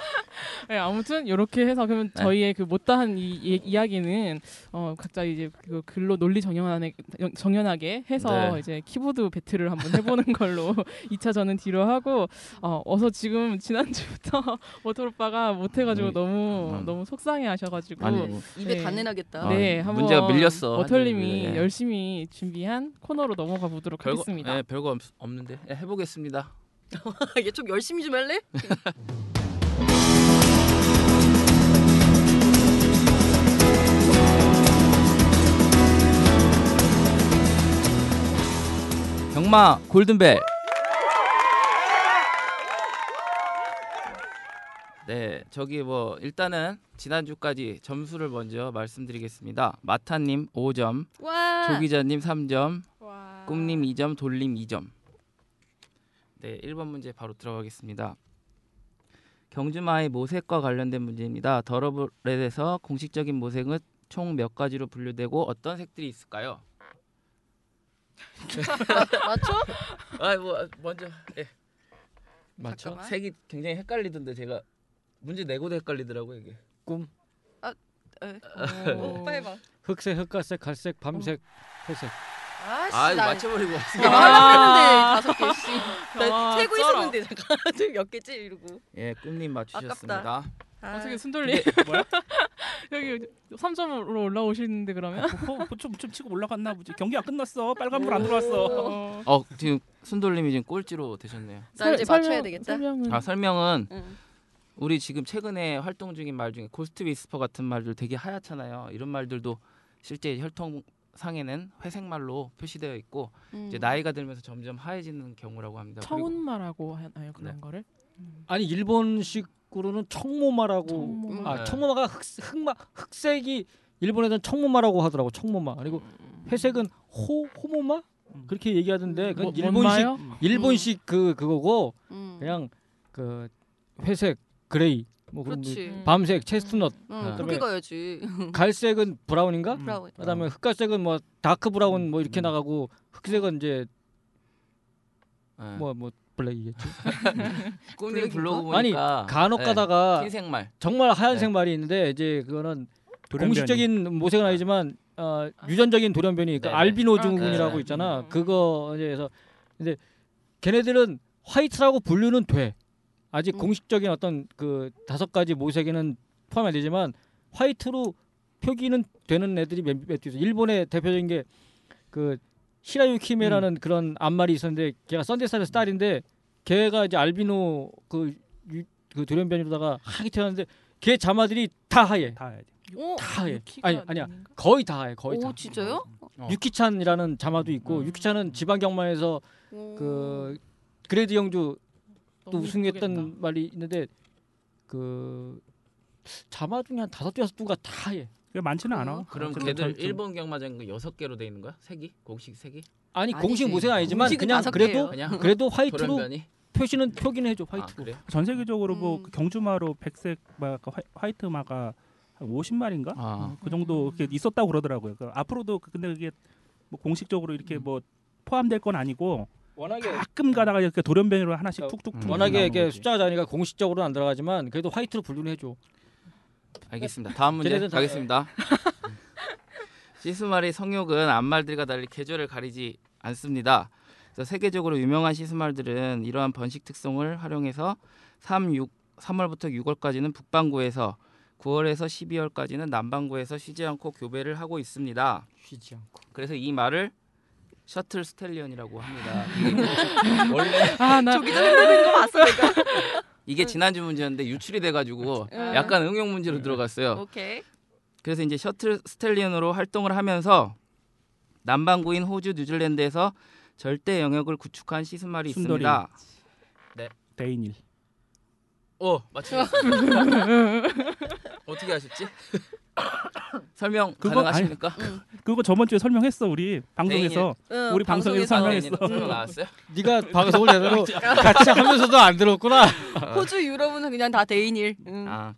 Speaker 2: 네, 아무튼 이렇게 해서 그러면
Speaker 3: 네.
Speaker 2: 저희의 그 못다한 이, 이 이야기는 어, 각자 이제 그 글로 논리 정연하게, 정연하게 해서
Speaker 3: 네.
Speaker 2: 이제 키보드 배틀을 한번 해보는 걸로 2차전은 뒤로 하고 어, 어서 지금 지난주부터 모토 오빠가 못해가지고
Speaker 3: 음,
Speaker 2: 너무
Speaker 3: 음.
Speaker 2: 너무 속상해하셔가지고
Speaker 3: 아니, 뭐.
Speaker 6: 입에
Speaker 2: 네.
Speaker 6: 단내 나겠다.
Speaker 3: 아,
Speaker 2: 네 한번
Speaker 3: 문제가 밀렸어.
Speaker 2: 워털님이
Speaker 3: 네.
Speaker 2: 열심히 준비한 코너로 넘어가 보도록
Speaker 3: 별거
Speaker 2: 하겠습니다.
Speaker 3: 네, 별거 없, 없는데 예, 해보겠습니다.
Speaker 6: 얘 좀 열심히 좀 할래?
Speaker 3: 경마 골든벨. 네, 저기 뭐 일단은 지난주까지 점수를 먼저 말씀드리겠습니다. 마타님 5점,
Speaker 6: 와.
Speaker 3: 조 기자님 3점, 꿈님 2점, 돌림 2점. 네, 1번 문제 바로 들어가겠습니다. 경주마의 모색과 관련된 문제입니다. 더러블에 대해서 공식적인 모색은 총 몇 가지로 분류되고 어떤 색들이 있을까요?
Speaker 6: 맞죠?
Speaker 3: 아, 뭐 먼저 예.
Speaker 5: 맞죠?
Speaker 6: 잠깐만.
Speaker 3: 색이 굉장히 헷갈리던데 제가 문제 내고도 헷갈리더라고요, 이게.
Speaker 5: 꿈,
Speaker 6: 에,
Speaker 3: 네.
Speaker 4: 어.
Speaker 2: 오.
Speaker 6: 오빠 해봐.
Speaker 5: 흑색, 흑갈색, 갈색, 밤색,
Speaker 6: 어.
Speaker 5: 회색.
Speaker 6: 아씨
Speaker 3: 아,
Speaker 6: 나
Speaker 3: 맞춰 버리고 왔어.
Speaker 6: 이거 하려고 했는데 다섯 개씩. 나
Speaker 2: 아,
Speaker 6: 세고
Speaker 2: 쩔어.
Speaker 6: 있었는데 잠깐 좀몇 개지 이러고.
Speaker 3: 예, 꿈님 맞추셨습니다.
Speaker 6: 아,
Speaker 2: 어떻게 순돌리
Speaker 4: 뭐야?
Speaker 2: 여기 3점으로 올라오시는데 그러면
Speaker 4: 어, 뭐 좀, 좀 치고 올라갔나 보지. 경기가 끝났어. 빨간불 안 들어왔어.
Speaker 2: 어,
Speaker 3: 어, 지금 순돌님이 지금 꼴찌로 되셨네요.
Speaker 6: 나 이제
Speaker 2: 설-
Speaker 6: 맞춰야
Speaker 2: 설명-
Speaker 6: 되겠다.
Speaker 2: 설명은
Speaker 3: 아, 설명은
Speaker 6: 응.
Speaker 3: 우리 지금 최근에 활동 중인 말 중에 고스트 위스퍼 같은 말들 되게 하얗잖아요. 이런 말들도 실제 혈통상에는 회색 말로 표시되어 있고 이제
Speaker 6: 음.
Speaker 3: 나이가 들면서 점점 하얘지는 경우라고 네. 합니다. 그리고
Speaker 2: 청운마라고 하나요 그런 거를? 음.
Speaker 5: 아니 일본식으로는 청모마라고.
Speaker 2: 청모마.
Speaker 5: 아
Speaker 3: 네.
Speaker 5: 청모마가 흑, 흑마 흑색이 일본에서는 청모마라고 하더라고 청모마. 그리고 회색은 호 호모마
Speaker 4: 음.
Speaker 5: 그렇게
Speaker 3: 네,
Speaker 5: 얘기하던데
Speaker 2: 뭐-
Speaker 5: 그건 일본식
Speaker 2: 뭔마요?
Speaker 5: 일본식 그 그거고
Speaker 6: 음.
Speaker 5: 그냥 그 회색 그레이 뭐 그런 거.
Speaker 6: 그렇지.
Speaker 2: 음.
Speaker 5: 밤색 체스트넛
Speaker 6: 응,
Speaker 3: 그다음에-
Speaker 6: 그렇게 가야지.
Speaker 5: 갈색은 브라운인가?
Speaker 4: 음.
Speaker 6: 브라운.
Speaker 5: 그다음에 흑갈색은 뭐 다크 브라운 뭐 이렇게
Speaker 4: 음.
Speaker 5: 나가고 흑색은 이제
Speaker 3: 예.
Speaker 5: 뭐 뭐 블랙이겠지.
Speaker 3: 꿈님 불러고
Speaker 5: 아니,
Speaker 3: 보니까
Speaker 5: 간혹
Speaker 3: 예,
Speaker 5: 가다가
Speaker 3: 흰색 말
Speaker 5: 정말 하얀색
Speaker 3: 네.
Speaker 5: 말이 있는데 이제 그거는
Speaker 4: 돌연변이.
Speaker 5: 공식적인 모색은 아니지만 어, 유전적인 돌연변이 그
Speaker 3: 네네.
Speaker 5: 알비노
Speaker 6: 아,
Speaker 5: 증후군이라고
Speaker 3: 네.
Speaker 5: 있잖아.
Speaker 2: 음.
Speaker 5: 그거에서 근데 걔네들은 화이트라고 분류는 돼. 아직
Speaker 6: 음.
Speaker 5: 공식적인 어떤 그 다섯 가지 모색에는 포함이 안 되지만 화이트로 표기는 되는 애들이 몇몇 있어. 일본의 대표적인 게 그 히라유키메라는
Speaker 3: 음.
Speaker 5: 그런 암말이 있었는데 걔가 썬데살의 딸인데 걔가 이제 알비노 그, 유, 그 돌연변이로다가 하게 태어났는데 걔 자마들이 다 하얘.
Speaker 4: 다 해야 돼.
Speaker 6: 오,
Speaker 5: 다
Speaker 3: 예.
Speaker 5: 해.
Speaker 2: 유키가
Speaker 5: 아니 아니야.
Speaker 2: 아닌가?
Speaker 5: 거의 다 해. 거의
Speaker 6: 오
Speaker 5: 다.
Speaker 6: 진짜요?
Speaker 3: 어.
Speaker 5: 유키찬이라는 자마도 있고
Speaker 2: 음.
Speaker 5: 유키찬은 지방 경마에서
Speaker 6: 오. 음.
Speaker 5: 그 그레이드 영주 또
Speaker 2: 너무
Speaker 5: 우승했던
Speaker 2: 이쁘겠다.
Speaker 5: 말이 있는데 그 자마 중에 한 다섯 개 여섯 두가 다 해.
Speaker 4: 그게 많지는 않아.
Speaker 6: 그래요?
Speaker 3: 그럼
Speaker 5: 그렇죠.
Speaker 4: 그래도
Speaker 3: 걔들
Speaker 4: 전- 전-
Speaker 3: 일본 경마장 그 여섯 개로 돼 있는 거야? 색이 공식 색이?
Speaker 5: 아니
Speaker 6: 아니지.
Speaker 5: 공식 모색 아니지만
Speaker 6: 공식은
Speaker 5: 그냥
Speaker 6: 다섯
Speaker 5: 그래도
Speaker 6: 개예요.
Speaker 3: 그냥
Speaker 5: 어? 그래도 화이트로
Speaker 3: 돌연변이?
Speaker 5: 표시는 표기는 해줘
Speaker 3: 아
Speaker 5: 화이트로.
Speaker 3: 그래?
Speaker 4: 전 세계적으로 뭐
Speaker 6: 음.
Speaker 4: 그 경주마로 백색 막 화이- 화이트 마가 한 50마리인가?
Speaker 3: 아
Speaker 4: 그 정도 이렇게 있었다고 그러더라고요. 그러니까 앞으로도 그- 근데 그게 뭐 공식적으로 이렇게 뭐 포함될 건 아니고
Speaker 5: 워낙에
Speaker 4: 가끔 가다가 이렇게 돌연변이로 하나씩
Speaker 5: 그러니까
Speaker 4: 툭툭툭
Speaker 3: 음.
Speaker 5: 워낙에
Speaker 4: 나오는
Speaker 5: 이게
Speaker 4: 거지.
Speaker 5: 숫자 단위가 공식적으로는 안 들어가지만 그래도 화이트로 분류를 해줘.
Speaker 3: 알겠습니다. 다음 문제
Speaker 5: 걔네들 다-
Speaker 3: 가겠습니다. 시스말의 성욕은 암말들과 달리 계절을 가리지 않습니다. 그래서 세계적으로 유명한 시스말들은 이러한 번식 특성을 활용해서 3, 6, 3월부터 6월까지는 북반구에서 9월에서 12월까지는 남반구에서 쉬지 않고 교배를 하고 있습니다.
Speaker 5: 쉬지 않고.
Speaker 3: 그래서 이 말을 셔틀 스텔리언이라고 합니다. 이게 원래
Speaker 2: 아, 나
Speaker 6: 저기도 흔드는 거 봤어.
Speaker 3: 이게 지난주 문제였는데 유출이 돼가지고 약간 응용 문제로 들어갔어요.
Speaker 6: 오케이.
Speaker 3: 그래서 이제 셔틀 스텔리언으로 활동을 하면서 남반구인 호주, 뉴질랜드에서 절대 영역을 구축한 시스말이
Speaker 4: 순돌이.
Speaker 3: 있습니다.
Speaker 4: 데인일.
Speaker 3: 오 어, 맞추셨습니다. 어떻게 아셨지? 설명
Speaker 4: 그거
Speaker 3: 가능하십니까?
Speaker 4: 그거 저번 주에 설명했어 우리 방송에서
Speaker 6: 응,
Speaker 4: 우리 그 방송에서 설명했어.
Speaker 3: 방송에 설명 나왔어요?
Speaker 5: 네가 방송을 제대로 같이 하면서도 안 들었구나.
Speaker 6: 호주 유럽은 그냥 다 대인일. 응.
Speaker 3: 아,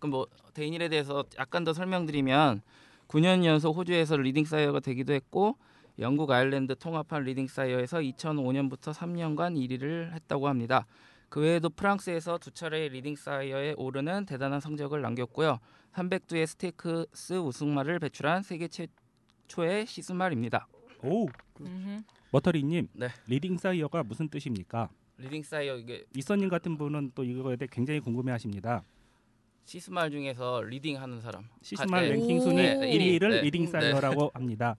Speaker 3: 그럼 뭐 데인일에 대해서 약간 더 설명드리면 9년 연속 호주에서 리딩 사이어가 되기도 했고 영국 아일랜드 통합한 리딩 사이어에서 2005년부터 3년간 1위를 했다고 합니다. 그 외에도 프랑스에서 두 차례의 리딩 사이어에 오르는 대단한 성적을 남겼고요. 300두의 스테이크스 우승말을 배출한 세계 최초의 시스말입니다.
Speaker 4: 오
Speaker 2: 음.
Speaker 4: 머터리님
Speaker 3: 네.
Speaker 4: 리딩 사이어가 무슨 뜻입니까?
Speaker 3: 리딩 사이어 이게
Speaker 4: 이선님 같은 분은 또 이거에 대해 굉장히 궁금해하십니다.
Speaker 3: 시스말 중에서 리딩하는 사람. 네.
Speaker 4: 시스말 랭킹 순위
Speaker 6: 네, 네,
Speaker 4: 1위를
Speaker 3: 네.
Speaker 4: 리딩
Speaker 3: 네.
Speaker 4: 사이어라고 합니다.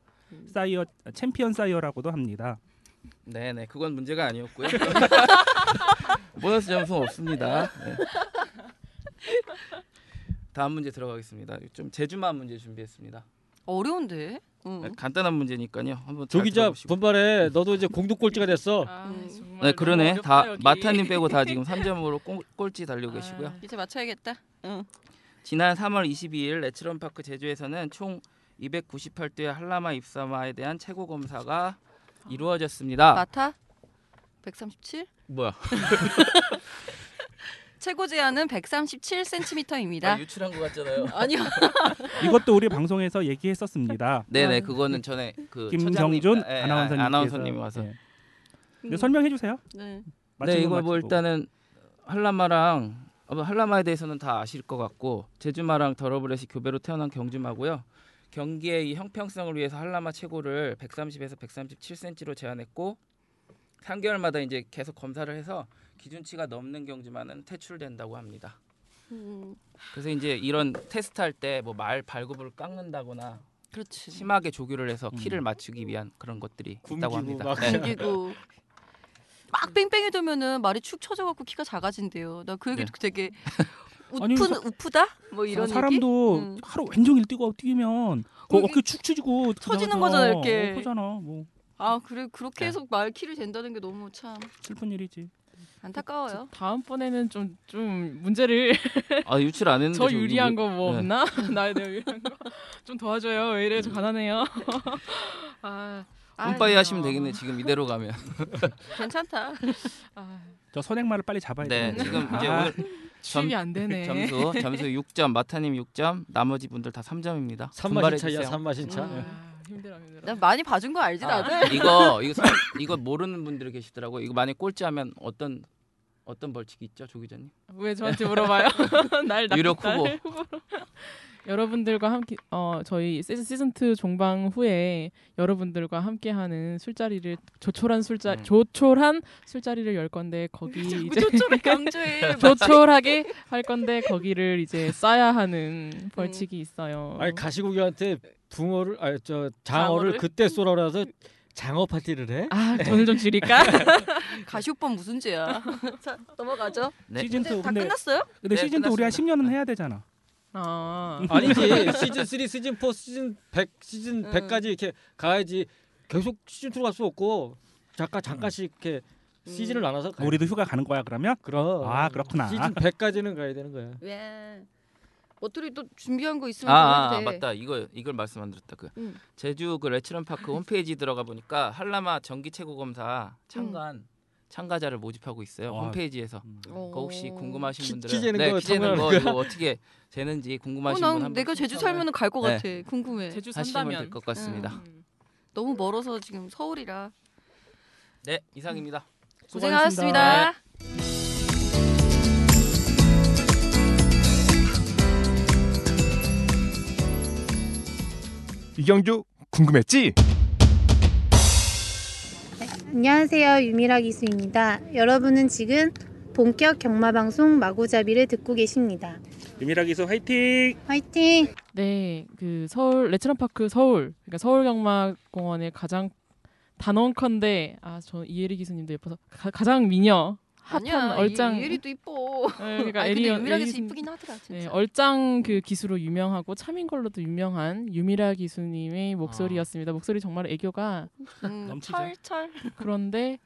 Speaker 4: 사이어 챔피언 사이어라고도 합니다.
Speaker 3: 네, 네, 그건 문제가 아니었고요. 보너스 점수 없습니다. 네. 다음 문제 들어가겠습니다. 좀 제주만 문제 준비했습니다.
Speaker 6: 어려운데.
Speaker 3: 네,
Speaker 6: 응.
Speaker 3: 간단한 문제니까요. 한번 잘
Speaker 5: 조기자
Speaker 3: 들어보시고.
Speaker 5: 분발해. 너도 이제 공동 꼴찌가 됐어.
Speaker 6: 음.
Speaker 2: 아, 정말
Speaker 3: 네, 그러네.
Speaker 2: 너무
Speaker 3: 다
Speaker 2: 어렵다, 여기.
Speaker 3: 마타님 빼고 다 지금 3점으로 꼴찌 달리고
Speaker 2: 아.
Speaker 3: 계시고요.
Speaker 6: 이제 맞춰야겠다. 응.
Speaker 3: 지난 3월 22일 내추런 파크 제주에서는 총 298대의 한라마 입사마에 대한 최고 검사가 이루어졌습니다.
Speaker 6: 마타 137.
Speaker 3: 뭐야?
Speaker 6: 최고 제한은 137cm입니다.
Speaker 3: 아, 유출한 것 같잖아요.
Speaker 6: 아니요.
Speaker 4: 이것도 우리 방송에서 얘기했었습니다.
Speaker 3: 네네,
Speaker 6: 아유.
Speaker 3: 그거는 전에 그
Speaker 4: 김정준
Speaker 3: 처장님- 예,
Speaker 4: 아나운서님 예.
Speaker 3: 아나운서님이 와서
Speaker 6: 음.
Speaker 4: 네, 설명해 주세요.
Speaker 6: 네.
Speaker 3: 네,
Speaker 4: 맞추고
Speaker 3: 이거 뭐
Speaker 4: 맞추고.
Speaker 6: 어,
Speaker 3: 일단은 한라마랑 어, 뭐 한라마에 대해서는 다 아실 것 같고 제주마랑 더러브렛이 교배로 태어난 경주마고요. 경기의 이 형평성을 위해서 한라마 최고를 130에서 137cm로 제한했고 3개월마다 이제 계속 검사를 해서 기준치가 넘는 경주마는 퇴출된다고 합니다.
Speaker 6: 음,
Speaker 3: 그래서 이제 이런 테스트할 때 뭐 말 발굽을 깎는다거나
Speaker 6: 그렇지.
Speaker 3: 심하게 조교를 해서
Speaker 4: 음.
Speaker 3: 키를 맞추기 위한 그런 것들이 있다고
Speaker 5: 굶기고
Speaker 3: 합니다.
Speaker 5: 막
Speaker 3: 네.
Speaker 6: 그리고 막 뺑뺑이 돌면은 말이 축 처져갖고 키가 작아진대요. 나 그 얘기
Speaker 3: 네.
Speaker 6: 되게 우픈
Speaker 4: 아니, 사-
Speaker 6: 우프다 뭐 이런
Speaker 4: 사-
Speaker 6: 얘기.
Speaker 4: 사람도
Speaker 6: 음.
Speaker 4: 하루 왼종일 뛰고 뛰면 그
Speaker 6: 여기
Speaker 4: 어깨 축 처지고
Speaker 6: 처지는 거잖아, 이렇게.
Speaker 4: 어, 그잖아. 뭐
Speaker 6: 아 그래 그렇게
Speaker 3: 네.
Speaker 6: 해서 말 키를 잰다는 게 너무 참
Speaker 4: 슬픈 일이지.
Speaker 6: 안타까워요.
Speaker 2: 다음번에는 좀 좀 문제를
Speaker 3: 아 유출 안 했는데
Speaker 2: 저
Speaker 3: 좀
Speaker 2: 유리한 거 뭐
Speaker 3: 네.
Speaker 2: 없나? 나에 대해 유리한 거 좀 도와줘요. 왜 이래 저 가난해요. 아,
Speaker 3: 운빠이
Speaker 2: 아니요.
Speaker 3: 하시면 되겠네 지금 이대로 가면.
Speaker 6: 괜찮다.
Speaker 2: 아
Speaker 4: 저 선행말을 빨리 잡아야 돼.
Speaker 3: 네, 지금 이제
Speaker 4: 아,
Speaker 3: 오늘
Speaker 2: 취입이 안 되네. 아,
Speaker 3: 점수 점수 6점, 마타님 6점, 나머지 분들 다 3점입니다.
Speaker 5: 산마신 차야 산마신 차.
Speaker 3: 네.
Speaker 5: 예.
Speaker 2: 아, 힘들어 힘들어.
Speaker 6: 난 많이 봐준 거
Speaker 3: 아.
Speaker 6: 알지 나도.
Speaker 3: 이거 이거 사- 이거 모르는 분들이 계시더라고. 이거 만약 꼴찌하면 어떤 어떤 벌칙이 있죠, 조 기자님?
Speaker 2: 왜 저한테 물어봐요? 날 낚-
Speaker 3: 유력
Speaker 2: 날
Speaker 3: 후보.
Speaker 2: 후보로. 여러분들과 함께 어 저희 시즌 시즌 2 종방 후에 여러분들과 함께하는 술자리를 조촐한 술자
Speaker 3: 음.
Speaker 2: 조촐한 술자리를 열 건데 거기 이제
Speaker 6: 조촐해 그 강조해.
Speaker 2: 조촐하게 할 건데 거기를 이제 싸야 하는 벌칙이 있어요.
Speaker 5: 음. 아니 가시국이한테 붕어를 아 저 장어를
Speaker 6: 장어를?
Speaker 5: 그때 쏘라고 해서 장어 파티를 해?
Speaker 2: 아 돈을 좀 줄일까?
Speaker 6: 가시오빠 무슨 죄야? 자 넘어가죠.
Speaker 3: 네.
Speaker 4: 시즌 2
Speaker 6: 근데 다
Speaker 4: 근데
Speaker 6: 끝났어요?
Speaker 4: 근데
Speaker 3: 네,
Speaker 4: 시즌 2 우리 한
Speaker 3: 끝났습니다.
Speaker 4: 10년은 해야 되잖아.
Speaker 2: 아
Speaker 5: 아니지 시즌 3, 시즌 4, 시즌 100, 시즌
Speaker 6: 응.
Speaker 5: 100까지 이렇게 가야지 계속 시즌 2로 갈 수 없고 잠깐 잠깐씩 이렇게 시즌을 나눠서
Speaker 3: 네.
Speaker 5: 가야
Speaker 4: 우리도 휴가 가는 거야 그러면?
Speaker 5: 그럼
Speaker 4: 아, 그렇구나.
Speaker 5: 시즌 100까지는 가야 되는 거야.
Speaker 6: 왜? 어떻게 또 준비한 거 있으면
Speaker 3: 아,
Speaker 6: 좀
Speaker 3: 아,
Speaker 6: 해도 돼.
Speaker 3: 맞다 이거 이걸 말씀 안 드렸다 그
Speaker 6: 응.
Speaker 3: 제주 그 레츠런 파크 홈페이지 들어가 보니까 한라마 정기 최고 검사 참관 참가자를 모집하고 있어요
Speaker 5: 아,
Speaker 4: 와.
Speaker 3: 홈페이지에서
Speaker 6: 어.
Speaker 3: 그거 혹시 궁금하신
Speaker 5: 기-
Speaker 3: 분들은
Speaker 5: 기재는
Speaker 3: 네,
Speaker 5: 거
Speaker 3: 기재는
Speaker 5: 참여하는
Speaker 3: 거
Speaker 5: 거야?
Speaker 3: 이거 어떻게 되는지
Speaker 6: 어,
Speaker 3: 궁금하신 분한 네.
Speaker 6: 난 내가 제주 살면은 갈 것 같아. 궁금해.
Speaker 2: 제주
Speaker 3: 하시면
Speaker 2: 산다면
Speaker 3: 될것 같습니다.
Speaker 6: 음. 너무 멀어서 지금 서울이라
Speaker 3: 네 이상입니다.
Speaker 6: 고생하셨습니다. 네.
Speaker 1: 이경주 궁금했지?
Speaker 7: 안녕하세요. 유미라 기수입니다. 여러분은 지금 본격 경마방송 마구잡이를 듣고 계십니다.
Speaker 4: 유미라기소 화이팅!
Speaker 7: 화이팅!
Speaker 2: 네, 그 서울 레츠런 파크 서울, 그러니까 서울 경마공원의 가장 단언컨대 아, 저 이혜리 기수님도 예뻐서 가, 가장 미녀 핫한
Speaker 6: 아니야,
Speaker 2: 얼짱,
Speaker 6: 이, 예리도 이뻐.
Speaker 2: 네, 그러니까
Speaker 6: 아니, 근데
Speaker 2: 에리언-
Speaker 6: 유일하게
Speaker 2: 에리슨-
Speaker 6: 이쁘긴 하더라 진짜.
Speaker 2: 네, 얼짱 그 기수로 유명하고 참인 걸로도 유명한 유미라 기수님의 목소리였습니다. 목소리 정말 애교가
Speaker 6: 음,
Speaker 4: 넘치죠?
Speaker 6: 찰찰.
Speaker 2: 그런데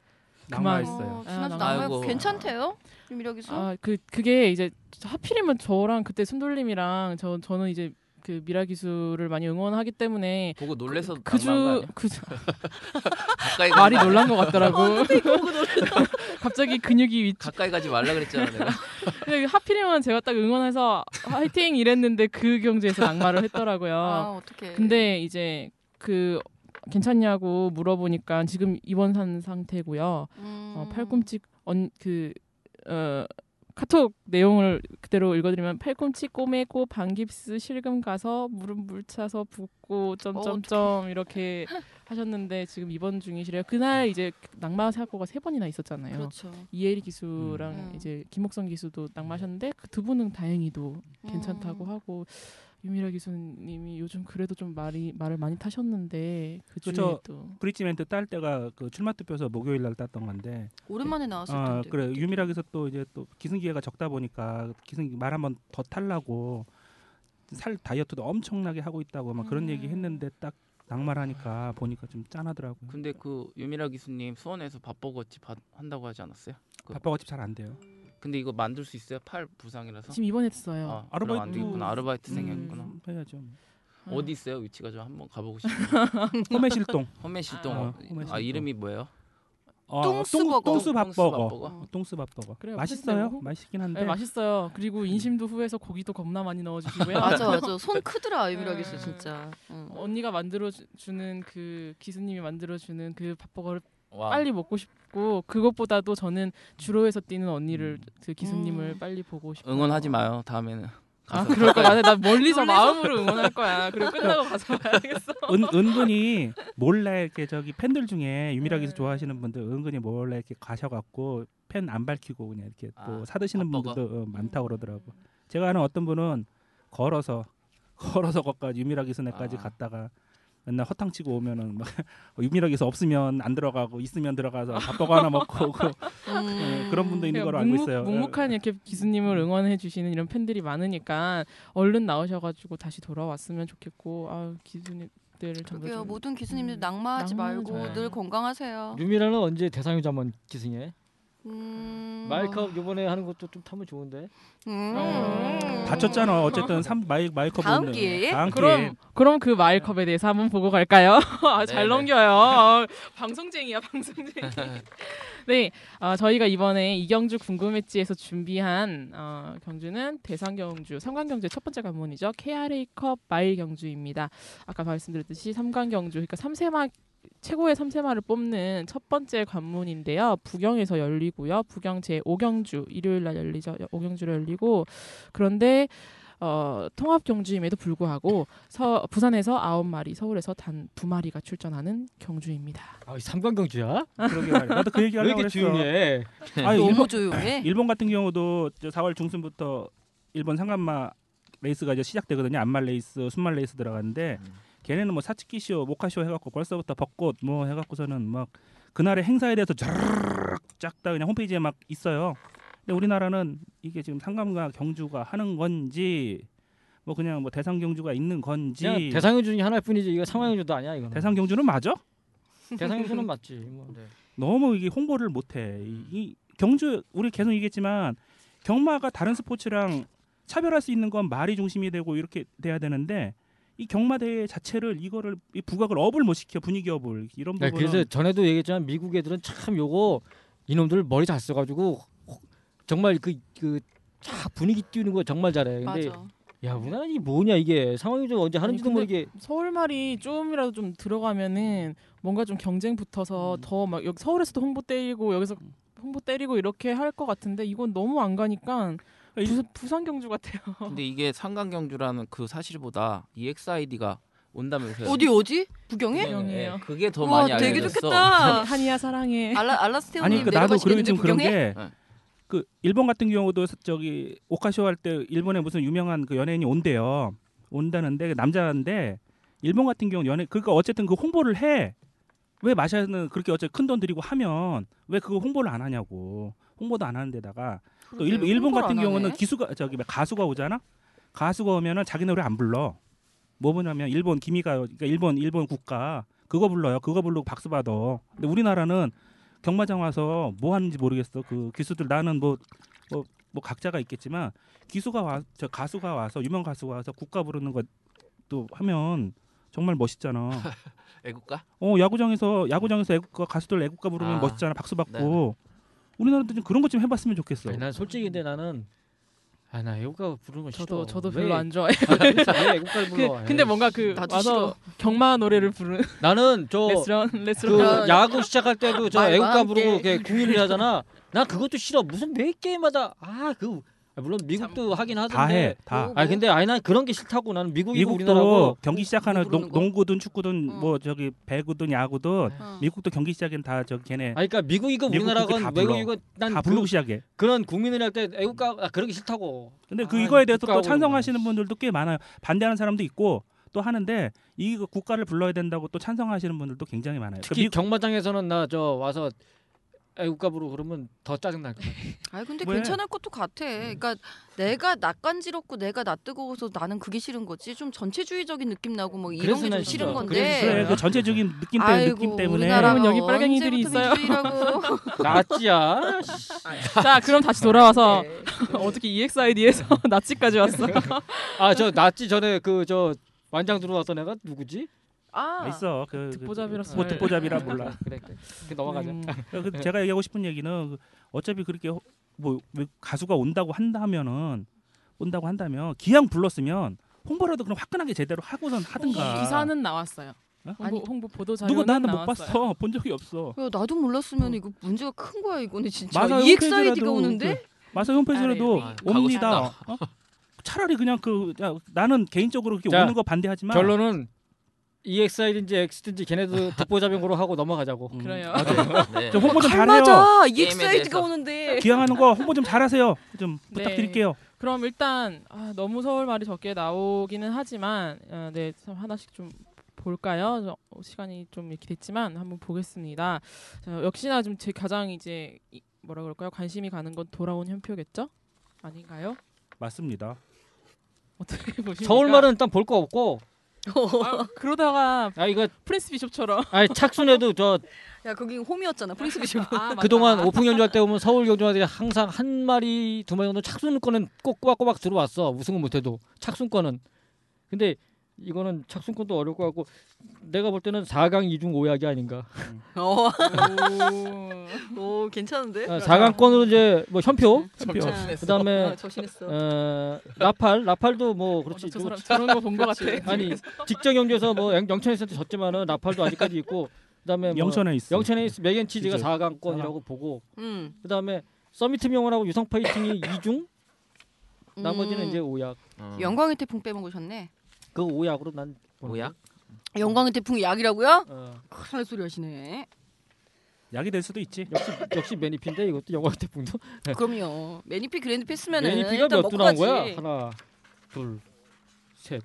Speaker 2: 그만.
Speaker 4: 낭만 있어요.
Speaker 6: 어, 지난주
Speaker 2: 아,
Speaker 6: 나와요.
Speaker 3: 아이고.
Speaker 6: 괜찮대요? 유미력이 수?
Speaker 2: 아 그 그게 이제 하필이면 저랑 그때 순돌님이랑 저 저는 이제 그 미라 기수를 많이 응원하기 때문에
Speaker 3: 보고 놀래서 당황한 거
Speaker 2: 그주 그주
Speaker 3: 아니야? 가까이 가지
Speaker 2: 말이
Speaker 3: 마-
Speaker 2: 놀란 것 같더라고. 갑자기 근육이 위축.
Speaker 3: 가까이 가지 말라 그랬잖아 내가.
Speaker 2: 근데 하필이면 제가 딱 응원해서 화이팅 이랬는데 그 경주에서 낙마를 했더라고요.
Speaker 6: 아, 어떻게?
Speaker 2: 아, 근데 이제 그 괜찮냐고 물어보니까 지금 입원한 상태고요.
Speaker 6: 음.
Speaker 2: 어, 팔꿈치 언, 그 어, 카톡 내용을 그대로 읽어드리면 팔꿈치 꼬매고 반깁스 실금 가서 무릎 물차서 붓고 점점점 이렇게 하셨는데 지금 입원 중이시래요. 그날 이제 낙마 사고가 세 번이나 있었잖아요.
Speaker 6: 그렇죠.
Speaker 2: 이혜리 기수랑
Speaker 6: 음.
Speaker 2: 이제 김옥선 기수도 낙마하셨는데 그 두 분은 다행히도 괜찮다고
Speaker 6: 음.
Speaker 2: 하고 유미라 기수님이 요즘 그래도 좀 말이 말을 많이 타셨는데 그 주에
Speaker 4: 그쵸.
Speaker 2: 또
Speaker 4: 브릿지 멘트 딸 때가 그 출마 투표에서 목요일 날 땄던 건데
Speaker 6: 오랜만에 나왔을
Speaker 4: 아,
Speaker 6: 텐데.
Speaker 4: 그래 유미락에서 또 이제 또 기승기회가 적다 보니까 기승기 말 한번 더 탈라고 살 다이어트도 엄청나게 하고 있다고 막 그런
Speaker 6: 음.
Speaker 4: 얘기 했는데 딱 낙말하니까 보니까 좀 짠하더라고요.
Speaker 3: 근데 그 유미라 기수님 수원에서 밥버거집 하- 한다고 하지 않았어요? 그-
Speaker 4: 바빠가지고 잘안 돼요.
Speaker 3: 근데 이거 만들 수 있어요? 팔 부상이라서?
Speaker 2: 지금 입원했어요.
Speaker 3: 아, 아르바이트 안
Speaker 4: 아르바이트-
Speaker 3: 되겠구나. 아르바이트
Speaker 2: 음.
Speaker 3: 그 생겼구나.
Speaker 4: 해야죠.
Speaker 2: 아.
Speaker 3: 어디 있어요? 위치가 좀 한번 가보고 싶어요.
Speaker 4: 호매실동.
Speaker 3: 험해실동.
Speaker 4: 아,
Speaker 3: 아,
Speaker 4: 험해실동.
Speaker 3: 아 이름이 뭐예요?
Speaker 4: 어,
Speaker 6: 똥수버거.
Speaker 4: 똥- 똥수 밥버거.
Speaker 3: 똥수밥버거.
Speaker 4: 어, 똥수 밥버거.
Speaker 2: 그래요.
Speaker 4: 맛있어요?
Speaker 2: 맛있어요.
Speaker 4: 맛있긴 한데.
Speaker 2: 네, 맛있어요. 그리고 인심도 후에서 고기도 겁나 많이 넣어주시고요.
Speaker 6: 맞아 맞아. 손 크더라 유미력이 수
Speaker 2: 음.
Speaker 6: 진짜. 응.
Speaker 2: 언니가 네. 만들어 주는 그 기수님이 만들어 주는 그 밥버거를
Speaker 3: 와.
Speaker 2: 빨리 먹고 싶고 그것보다도 저는 주로에서 뛰는 언니를 그 기수님을
Speaker 6: 음.
Speaker 2: 빨리 보고 싶어요.
Speaker 3: 응원하지 마요. 다음에는.
Speaker 2: 아
Speaker 3: 가서
Speaker 2: 그럴 거
Speaker 3: 가까이-
Speaker 2: 같아. 나 멀리서
Speaker 6: 놀래서.
Speaker 2: 마음으로 응원할 거야. 그리고 끝나고 가서 봐야겠어.
Speaker 4: 은, 은근히 몰래 이렇게 저기 팬들 중에 유미락에서
Speaker 2: 네.
Speaker 4: 좋아하시는 분들 은근히 몰래 이렇게 가셔갖고 팬 안 밝히고 그냥 이렇게 또
Speaker 3: 아,
Speaker 4: 사드시는
Speaker 3: 밥버거.
Speaker 4: 분들도 어, 많다고 그러더라고. 제가 아는 어떤 분은 걸어서 걸어서 거기까지 유미락 이수네까지
Speaker 3: 아.
Speaker 4: 갔다가 맨날 허탕 치고 오면은 막 어, 유미락 이수 없으면 안 들어가고 있으면 들어가서 밥버거 하나 먹고 오고
Speaker 6: 음.
Speaker 4: 예, 그런 분도 있는 걸로 알고 있어요.
Speaker 2: 묵묵한 이렇게 기수님을 응원해 주시는 이런 팬들이 많으니까 얼른 나오셔가지고 다시 돌아왔으면 좋겠고 아 기수님들 전부
Speaker 6: 그게요. 뭐
Speaker 2: 좀
Speaker 6: 모든 기수님들
Speaker 2: 음. 낙마하지
Speaker 6: 낙마하지 말고
Speaker 4: 네.
Speaker 2: 마요.
Speaker 6: 늘 건강하세요.
Speaker 5: 유미라는 언제 대상유자만 기승해?
Speaker 6: 음.
Speaker 5: 마이크업 이번에 하는 것도 좀 타면 좋은데.
Speaker 6: 음.
Speaker 2: 어.
Speaker 4: 다쳤잖아. 어쨌든 삼 마이 마이크
Speaker 6: 다음
Speaker 4: 분들.
Speaker 6: 기회에?
Speaker 4: 다음 기회에.
Speaker 2: 그럼 그럼 그 마일컵에 대해서 한번 보고 갈까요? 아, 잘
Speaker 3: 네네.
Speaker 2: 넘겨요. 어, 방송쟁이야 방송쟁이. 네, 아, 저희가 이번에 이경주 궁금했지에서 준비한 어, 경주는 대상 경주, 삼관 경주의 첫 번째 관문이죠. KRA컵 마일 경주입니다. 아까 말씀드렸듯이 삼관 경주, 그러니까 삼세마 최고의 삼세마를 뽑는 첫 번째 관문인데요. 부경에서 열리고요. 부경 제 5경주 일요일 날 열리죠. 5경주로 열리고 그런데 어, 통합 경주임에도 불구하고 서, 부산에서 아홉 마리, 서울에서 단 두 마리가 출전하는 경주입니다.
Speaker 5: 아, 이 삼관경주야?
Speaker 4: 그러게 말이야. 나도 그 얘기
Speaker 5: 왜
Speaker 4: 하려고
Speaker 5: 이렇게
Speaker 4: 그랬어.
Speaker 5: 조용해?
Speaker 4: 아,
Speaker 6: 너무
Speaker 4: 일본,
Speaker 6: 조용해.
Speaker 4: 일본 같은 경우도 저 4월 중순부터 일본 상간마 레이스가 이제 시작되거든요. 안말 레이스, 순말 레이스 들어가는데
Speaker 3: 음.
Speaker 4: 걔네는 뭐 사츠키쇼, 모카쇼 해갖고 벌써부터 벚꽃 뭐 해갖고서는 막 그날의 행사에 대해서 쫙 쫙다 그냥 홈페이지에 막 있어요. 근데 우리나라는 이게 지금 상감과 경주가 하는 건지 뭐 그냥 뭐 대상 경주가 있는 건지
Speaker 5: 그냥 대상유주 중에 하나일 뿐이지 이거 상관경주도 아니야 이거는.
Speaker 4: 대상 경주는 맞아?
Speaker 5: 대상유주는 맞지. 뭐.
Speaker 3: 네.
Speaker 4: 너무 이게 홍보를
Speaker 5: 음.
Speaker 4: 못해. 이, 이 경주 우리 계속 얘기했지만 경마가 다른 스포츠랑 차별할 수 있는 건 말이 중심이 되고 이렇게 돼야 되는데 이 경마대회 자체를 이거를 이 부각을 업을 못 시켜 분위기 업을 이런
Speaker 5: 네,
Speaker 4: 부분은
Speaker 5: 그래서 전에도 얘기했지만 미국 애들은 참 요거 이놈들 머리 잘 써가지고 혹- 정말 그, 그그참 분위기 띄우는 거 정말 잘해. 근데
Speaker 6: 맞아.
Speaker 5: 야 우리나라 이게 뭐냐 이게 상황이 좀 언제 하는지도
Speaker 2: 아니, 근데
Speaker 5: 모르게
Speaker 2: 서울 말이 좀이라도 좀 들어가면은 뭔가 좀 경쟁 붙어서
Speaker 5: 음.
Speaker 2: 더 막 여기 서울에서도 홍보 때리고 여기서 홍보 때리고 이렇게 할 것 같은데 이건 너무 안 가니까
Speaker 5: 아,
Speaker 4: 이-
Speaker 2: 부산, 부산 경주 같아요.
Speaker 3: 근데 이게 상강 경주라는 그 사실보다 EXID가
Speaker 4: 그
Speaker 3: 온다면서요.
Speaker 6: 어디 어디?
Speaker 3: 네,
Speaker 6: 부경에?
Speaker 3: 네,
Speaker 2: 구경이에요?
Speaker 3: 네. 그게 더
Speaker 6: 와
Speaker 3: 많이
Speaker 6: 되게
Speaker 3: 알려졌어.
Speaker 2: 아.
Speaker 6: 좋겠다.
Speaker 2: 한이야 사랑해.
Speaker 6: 알라 알라스테오님
Speaker 4: 아니 그 나도 그런
Speaker 6: 내려가시겠는데
Speaker 4: 좀 그런
Speaker 6: 부경에?
Speaker 4: 게
Speaker 3: 네.
Speaker 4: 그 일본 같은 경우도 저기 오카쇼 할 때 일본에 무슨 유명한 그 연예인이 온대요. 온다는데 그 남자인데 일본 같은 경우 연예 그러니까 어쨌든 그 홍보를 해. 왜 마샤는 그렇게 어째 큰 돈 들이고 하면 왜 그거 홍보를 안 하냐고. 홍보도 안 하는 데다가 또
Speaker 6: 그러게요.
Speaker 4: 일본, 일본
Speaker 6: 홍보를
Speaker 4: 같은
Speaker 6: 안
Speaker 4: 경우는
Speaker 6: 하네.
Speaker 4: 기수가 저기 뭐야, 가수가 오잖아. 가수가 오면은 자기 노래 안 불러. 뭐 보냐면 일본 기미가 그러니까 일본 일본 국가 그거 불러요. 그거 부르고 박수 받아. 근데 우리나라는 경마장 와서 뭐 하는지 모르겠어. 그 기수들 나는 뭐 뭐, 뭐 각자가 있겠지만 기수가 와 저 가수가 와서 유명 가수가 와서 국가 부르는 것도 하면 정말 멋있잖아.
Speaker 3: 애국가?
Speaker 4: 어 야구장에서 야구장에서 애국가 가수들 애국가 부르면
Speaker 3: 아,
Speaker 4: 멋있잖아. 박수 받고
Speaker 3: 네네.
Speaker 4: 우리나라도 좀 그런 것 좀 해봤으면 좋겠어.
Speaker 5: 아니, 난 솔직히 근데 나는 아나 애국가 부르는 거 싫어.
Speaker 2: 저도 저도
Speaker 5: 왜-
Speaker 2: 별로 안 좋아해.
Speaker 5: 아, 도대체 왜 애국가를
Speaker 2: 그,
Speaker 5: 불러?
Speaker 2: 근데 뭔가 그
Speaker 6: 나도 싫어.
Speaker 2: 와서 경마 노래를 부르는
Speaker 5: 나는 저
Speaker 2: 레스런
Speaker 5: 그
Speaker 2: 레스런
Speaker 6: 야-
Speaker 5: 야구 시작할 때도 저
Speaker 6: 말과
Speaker 5: 애국가
Speaker 6: 함께.
Speaker 5: 부르고 이렇게 국민을 하잖아. 나 그것도 싫어. 무슨 매 게임마다 아그 물론 미국도 하긴 하던데.
Speaker 4: 다 해, 다.
Speaker 5: 아 근데 아니 난 그런 게 싫다고 나는 미국이고 어. 우리나라고
Speaker 4: 미국도 경기 시작하는
Speaker 6: 부르는
Speaker 4: 농,
Speaker 6: 거?
Speaker 4: 농구든 축구든
Speaker 6: 응.
Speaker 4: 뭐 저기 배구든 야구든
Speaker 6: 어.
Speaker 4: 미국도 경기 시작엔 다 저기 걔네
Speaker 5: 네. 아니 그러니까 미국이고
Speaker 4: 미국
Speaker 5: 우리나라건
Speaker 4: 국기 다 불러.
Speaker 5: 외국이고 난
Speaker 4: 다
Speaker 5: 그,
Speaker 4: 부르고 시작해.
Speaker 5: 그런 국민을 할 때 애국가 아, 그런 게 싫다고.
Speaker 4: 근데 그
Speaker 5: 아,
Speaker 4: 이거에 대해서 또
Speaker 5: 국가하고는
Speaker 4: 찬성하시는
Speaker 5: 뭐.
Speaker 4: 분들도 꽤 많아요. 반대하는 사람도 있고 또 하는데 이 국가를 불러야 된다고 또 찬성하시는 분들도 굉장히 많아요.
Speaker 5: 특히
Speaker 4: 그러니까
Speaker 5: 경마장에서는 나 저 와서 애국가 부르고 그러면 더 짜증 날 거야.
Speaker 6: 아 근데
Speaker 4: 왜?
Speaker 6: 괜찮을 것도 같아. 그러니까 내가 낯간지럽고 내가 낯뜨거워서 나는 그게 싫은 거지. 좀 전체주의적인 느낌 나고 뭐 이런
Speaker 5: 그래서
Speaker 6: 게 좀
Speaker 5: 난 싫어.
Speaker 6: 싫은
Speaker 4: 미국-
Speaker 5: 그래서
Speaker 6: 건데.
Speaker 4: 그래, 그 전체적인 느낌, 때,
Speaker 6: 아이고
Speaker 4: 느낌 때문에
Speaker 6: 우리나라가
Speaker 2: 여기 빨갱이들이
Speaker 6: 언제부터
Speaker 2: 있어요.
Speaker 6: 민주주의라고.
Speaker 5: 나지야.
Speaker 2: 자 그럼 다시 네. 돌아와서 어떻게 E EXID에서 나치까지 왔어?
Speaker 5: 아 저 나지 전에 그 저 완장 들어왔던 애가 누구지?
Speaker 6: 아
Speaker 4: 아, 있어. 그, 그,
Speaker 2: 듣보잡이라
Speaker 4: 뭐 듣보잡이라 몰라.
Speaker 5: 그래 그래. 그 넘어가자.
Speaker 2: 음,
Speaker 4: 그
Speaker 5: 네.
Speaker 4: 제가 얘기하고 싶은 얘기는 그 어차피 그렇게 허- 뭐왜 가수가 온다고 한다면은 온다고 한다면 기왕 불렀으면 홍보라도 그럼 화끈하게 제대로 하고선
Speaker 5: 아.
Speaker 4: 하든가.
Speaker 2: 기사는 나왔어요.
Speaker 4: 어?
Speaker 2: 홍보,
Speaker 6: 아니,
Speaker 2: 홍보 보도 자료는
Speaker 4: 누구 나는
Speaker 2: 나왔어요.
Speaker 4: 못 봤어. 본 적이 없어.
Speaker 6: 야, 나도 몰랐으면 이거 문제가 큰 거야 이거는 진짜.
Speaker 4: 마사
Speaker 6: EXID가
Speaker 4: 홈페이지라도
Speaker 6: 오는데
Speaker 4: 그 마사 홈페이지라도
Speaker 3: 아, 네.
Speaker 4: 옵니다.
Speaker 3: 가고
Speaker 4: 어? 차라리 그냥 그 야, 나는 개인적으로 이렇게
Speaker 5: 자,
Speaker 4: 오는 거 반대하지만
Speaker 5: 결론은 EXI든지 X든지 걔네도 독보자병으로 하고 넘어가자고.
Speaker 4: 음,
Speaker 2: 그래요.
Speaker 3: 네.
Speaker 4: 좀 홍보 좀
Speaker 6: 칼
Speaker 4: 잘해요.
Speaker 6: 맞아
Speaker 3: 게임에
Speaker 6: EXID가
Speaker 3: 대해서.
Speaker 6: 오는데.
Speaker 4: 기왕하는 거 홍보 좀 잘하세요. 좀
Speaker 2: 네.
Speaker 4: 부탁드릴게요.
Speaker 2: 그럼 일단 아, 너무 서울 말이 적게 나오기는 하지만 아, 네, 참 하나씩 좀 볼까요? 저, 어, 시간이 좀 이렇게 됐지만 한번 보겠습니다. 자, 역시나 좀 제 가장 이제 이- 뭐라 그럴까요? 관심이 가는 건 돌아온 현표겠죠? 아닌가요?
Speaker 4: 맞습니다.
Speaker 2: 어떻게 보십니까?
Speaker 5: 서울말은 일단 볼 거 없고.
Speaker 2: 아, 그러다가
Speaker 5: 아 이거
Speaker 2: 프린스 비숍처럼
Speaker 5: 아니 착순해도 저
Speaker 6: 야 거기 홈이었잖아 프린스 비숍.
Speaker 2: 아, 맞다.
Speaker 5: 그동안 오픈 연주할 때 보면 서울 경주마들이 항상 한 마리 두 마리 정도 착순권은 꼭 꼬박꼬박 들어왔어 우승은 못해도 착순권은 근데 이거는 착순권도 어려울 것 같고 내가 볼 때는 4강 2중 5약이 아닌가
Speaker 6: 어,
Speaker 2: 오.
Speaker 6: 오 괜찮은데? 어,
Speaker 2: 그렇죠.
Speaker 5: 아, 4강권으로 이제 뭐 현표
Speaker 4: 챔피언.
Speaker 5: 그다음에
Speaker 6: 아, 저신했어.
Speaker 5: 어, 라팔 라팔도 뭐
Speaker 2: 어,
Speaker 5: 그렇지
Speaker 2: 저 사람 저런 거 본 거 같아.
Speaker 6: 네.
Speaker 5: 아니 직전 경주에서 뭐 영- 영천에서도 졌지만은 라팔도 아직까지 있고 그다음에 뭐
Speaker 4: 영천에 있어.
Speaker 5: 영천에 맥앤치즈가
Speaker 4: 진짜.
Speaker 5: 4강권이라고 보고
Speaker 6: 음.
Speaker 5: 그다음에 서미트 명언하고 유성 파이팅이 2중 나머지는
Speaker 6: 음.
Speaker 5: 이제 오약.
Speaker 3: 어.
Speaker 6: 영광의 태풍 빼먹으셨네.
Speaker 5: 그 오약으로 난 보는
Speaker 3: 오약?
Speaker 6: 영광의 태풍 약이라고요?
Speaker 5: 거. 어.
Speaker 6: 큰일 날 소리 하시네.
Speaker 4: 약이 될 수도 있지.
Speaker 5: 역시 역시 매니피인데 이것도 영광 태풍도.
Speaker 6: 그럼요. 매니피 그랜드 패스면은
Speaker 5: 매니피가
Speaker 6: 일단
Speaker 5: 몇두
Speaker 6: 먹고
Speaker 5: 나온
Speaker 6: 가지.
Speaker 5: 거야? 하나, 둘, 셋,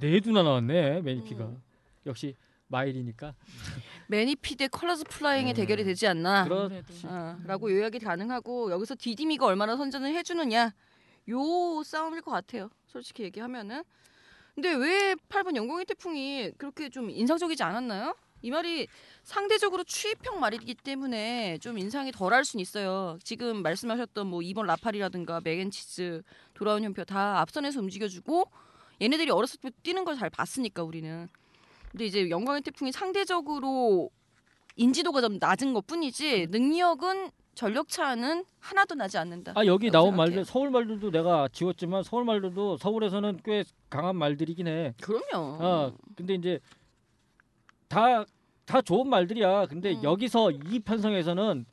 Speaker 5: 네 두나 나왔네 매니피가.
Speaker 6: 음.
Speaker 5: 역시 마일이니까.
Speaker 6: 매니피 대 컬러스 플라잉의
Speaker 5: 음.
Speaker 6: 대결이 되지 않나.
Speaker 5: 그럼-
Speaker 2: 아무래도.
Speaker 6: 아, 라고 요약이 가능하고 여기서 디디미가 얼마나 선전을 해주느냐 요 싸움일 것 같아요. 솔직히 얘기하면은. 근데 왜 8번 영광의 태풍이 그렇게 좀 인상적이지 않았나요? 이 말이 상대적으로 추입형 말이기 때문에 좀 인상이 덜할 순 있어요. 지금 말씀하셨던 뭐 이번 라팔이라든가 맥앤치즈 돌아온 형표 다 앞선에서 움직여주고 얘네들이 어렸을 때 뛰는 걸 잘 봤으니까 우리는. 근데 이제 영광의 태풍이 상대적으로 인지도가 좀 낮은
Speaker 5: 음.
Speaker 6: 것뿐이지 능력은 전력 차는 하나도 나지 않는다.
Speaker 5: 아 여기 나온
Speaker 6: 생각해요.
Speaker 5: 말들 서울 말들도 내가 지웠지만 서울 말들도 서울에서는 꽤 강한 말들이긴 해.
Speaker 6: 그럼요.
Speaker 5: 아 근데 이제 다 다 좋은 말들이야. 근데
Speaker 6: 음.
Speaker 5: 여기서 이 편성에서는